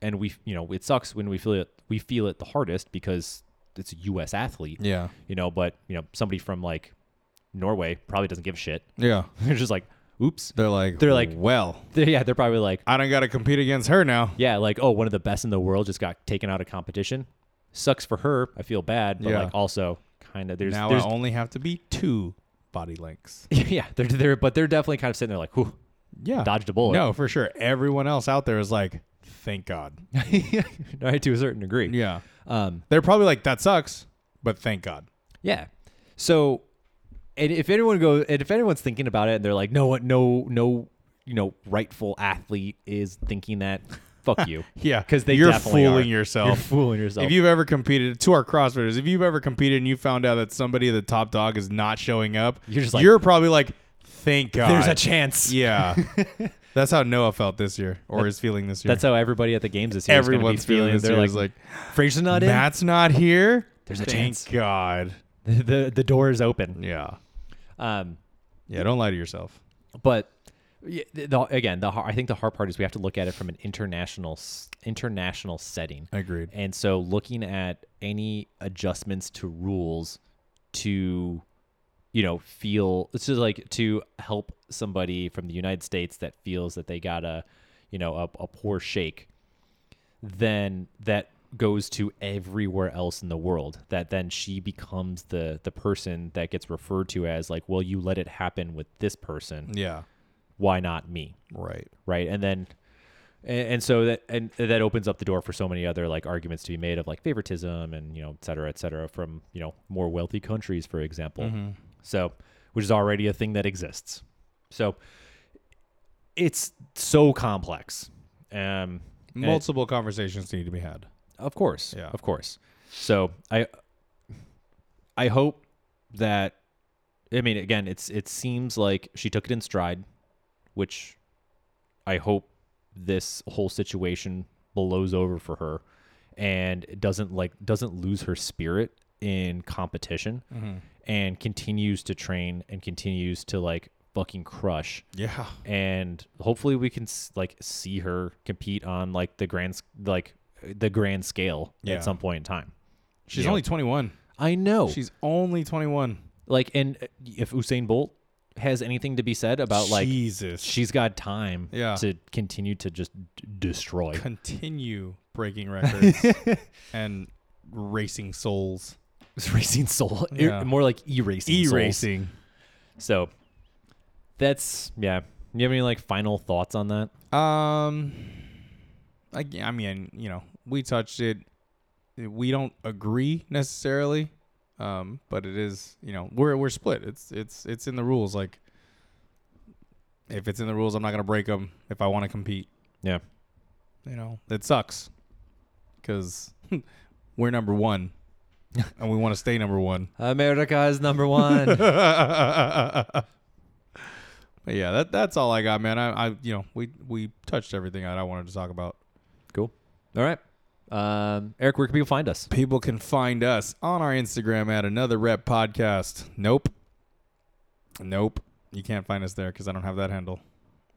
Speaker 2: and we you know it sucks when we feel it. We feel it the hardest because it's a U.S. athlete.
Speaker 1: Yeah.
Speaker 2: You know, but you know somebody from like Norway probably doesn't give a shit.
Speaker 1: Yeah.
Speaker 2: They're just like, oops.
Speaker 1: They're like
Speaker 2: They're like-
Speaker 1: well,
Speaker 2: They're, yeah, they're probably like.
Speaker 1: I don't gotta compete against her now.
Speaker 2: yeah, like oh, one of the best in the world just got taken out of competition. Sucks for her. I feel bad, but
Speaker 1: Yeah.
Speaker 2: like also kind of there's
Speaker 1: now
Speaker 2: there's
Speaker 1: I only have to be two body lengths.
Speaker 2: yeah, they're they're but they're definitely kind of sitting there like, whew,
Speaker 1: Yeah.
Speaker 2: dodged a bullet.
Speaker 1: Ah, No, for sure. Everyone else out there is like, thank God.
Speaker 2: right to a certain degree.
Speaker 1: Yeah.
Speaker 2: Um,
Speaker 1: They're probably like, that sucks, but thank God.
Speaker 2: yeah. So, and if anyone goes and if anyone's thinking about it and they're like, no, what, no, no, you know, rightful athlete is thinking that. Fuck you.
Speaker 1: Yeah.
Speaker 2: because they
Speaker 1: You're
Speaker 2: definitely
Speaker 1: fooling
Speaker 2: are.
Speaker 1: yourself.
Speaker 2: You're fooling yourself.
Speaker 1: If you've ever competed to our CrossFitters, if you've ever competed and you found out that somebody the top dog is not showing up,
Speaker 2: You're just like-
Speaker 1: you're probably like, thank God.
Speaker 2: there's a chance.
Speaker 1: yeah. That's how Noah felt this year, or is feeling this year.
Speaker 2: That's how everybody at the games this year is going to be
Speaker 1: everyone's
Speaker 2: feeling.
Speaker 1: feeling this
Speaker 2: They're
Speaker 1: year.
Speaker 2: like,
Speaker 1: Is like,
Speaker 2: Frazier's not in.
Speaker 1: Matt's not here.
Speaker 2: There's a
Speaker 1: thank
Speaker 2: chance.
Speaker 1: God.
Speaker 2: the the door is open.
Speaker 1: Yeah.
Speaker 2: Um,
Speaker 1: Yeah. Don't lie to yourself.
Speaker 2: but y- the, the- again, the har- I think the hard part is we have to look at it from an international s- international setting,
Speaker 1: Agreed.
Speaker 2: and so looking at any adjustments to rules to you know feel it's just like to help somebody from the United States that feels that they got a you know a, a poor shake then that goes to everywhere else in the world that then she becomes the the person that gets referred to as like well you let it happen with this person
Speaker 1: Yeah.
Speaker 2: why not me
Speaker 1: Right.
Speaker 2: right and then and, and so that and that opens up the door for so many other like arguments to be made of like favoritism and you know et cetera et cetera from you know more wealthy countries for example so which is already a thing that exists so it's so complex um and it-
Speaker 1: Multiple conversations need to be had.
Speaker 2: of course.
Speaker 1: Yeah.
Speaker 2: Of course. So I I hope that I mean again, it's it seems like she took it in stride, which I hope this whole situation blows over for her and doesn't like doesn't lose her spirit in competition and continues to train and continues to like fucking crush
Speaker 1: Yeah.
Speaker 2: and hopefully we can s- like see her compete on like the grand s- like the grand scale
Speaker 1: Yeah.
Speaker 2: at some point in time.
Speaker 1: She's
Speaker 2: Yeah.
Speaker 1: only 21.
Speaker 2: I know.
Speaker 1: She's only 21.
Speaker 2: like and uh, if Usain Bolt has anything to be said about like
Speaker 1: Jesus.
Speaker 2: she's got time
Speaker 1: Yeah.
Speaker 2: to continue to just d- destroy.
Speaker 1: continue breaking records and racing souls.
Speaker 2: It's racing soul. ir-
Speaker 1: Yeah.
Speaker 2: more like e-racing. souls.
Speaker 1: E-racing.
Speaker 2: So that's yeah. You have any like final thoughts on that?
Speaker 1: Um I, I mean, you know, we touched it. We don't agree necessarily. Um, but it is, you know, we're we're split. It's it's it's in the rules like if it's in the rules, I'm not going to break them if I want to compete.
Speaker 2: Yeah.
Speaker 1: you know, it sucks because we're number one and we want to stay number one.
Speaker 2: America is number 1.
Speaker 1: but yeah, that that's all I got, man. I, I you know we we touched everything that I wanted to talk about.
Speaker 2: cool. All right. Um, Eric, where can people find us?
Speaker 1: People can find us on our Instagram at another rep podcast. Nope, nope, you can't find us there because I don't have that handle.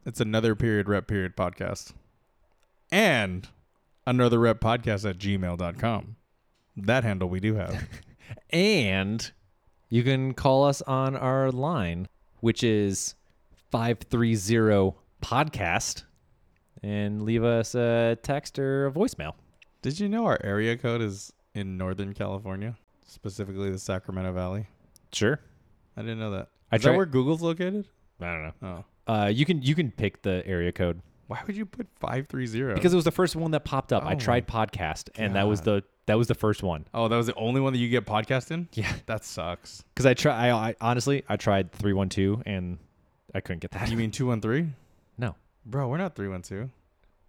Speaker 1: It's another period rep period podcast, and another rep podcast at gmail.com. That handle we do have.
Speaker 2: And you can call us on our line, which is 530 podcast, and leave us a text or a voicemail.
Speaker 1: Did you know our area code is in Northern California, specifically the Sacramento Valley?
Speaker 2: Sure.
Speaker 1: I didn't know that.
Speaker 2: I
Speaker 1: Is that
Speaker 2: try.
Speaker 1: where Google's located?
Speaker 2: I don't know.
Speaker 1: Oh,
Speaker 2: Uh, you can you can pick the area code
Speaker 1: why would you put five three zero?
Speaker 2: because it was the first one that popped up.
Speaker 1: Oh
Speaker 2: I
Speaker 1: my
Speaker 2: tried podcast, and that was the that was the first one.
Speaker 1: oh, that was the only one that you get podcast in.
Speaker 2: Yeah,
Speaker 1: That sucks.
Speaker 2: because I try. I, I honestly I tried three one two, and I couldn't get that.
Speaker 1: You mean two one three?
Speaker 2: no?
Speaker 1: Bro, we're not three one two.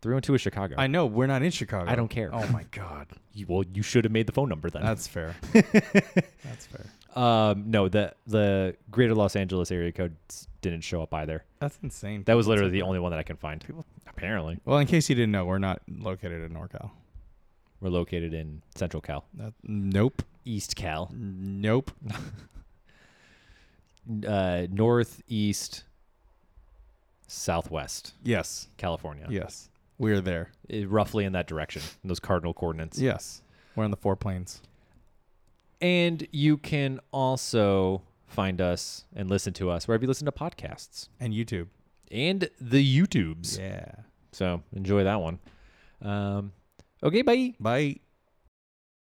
Speaker 2: Three one two is Chicago.
Speaker 1: I know we're not in Chicago.
Speaker 2: I don't care.
Speaker 1: Oh my god,
Speaker 2: You- well, you should have made the phone number then.
Speaker 1: that's fair. that's fair.
Speaker 2: Um, no, the the Greater Los Angeles area code s- didn't show up either.
Speaker 1: That's insane.
Speaker 2: That was literally the only one that I can find.
Speaker 1: People-
Speaker 2: Apparently,
Speaker 1: well, in case you didn't know, we're not located in NorCal.
Speaker 2: we're located in Central Cal,
Speaker 1: That, nope.
Speaker 2: East Cal,
Speaker 1: Nope.
Speaker 2: uh, Northeast, Southwest
Speaker 1: Yes.
Speaker 2: California.
Speaker 1: Yes. We're there.
Speaker 2: Eh, roughly in that direction, in those cardinal coordinates.
Speaker 1: Yes. We're on the four planes.
Speaker 2: And you can also find us and listen to us wherever you listen to podcasts
Speaker 1: And YouTube.
Speaker 2: and the YouTubes.
Speaker 1: Yeah.
Speaker 2: So enjoy that one. Um, okay, bye.
Speaker 1: Bye.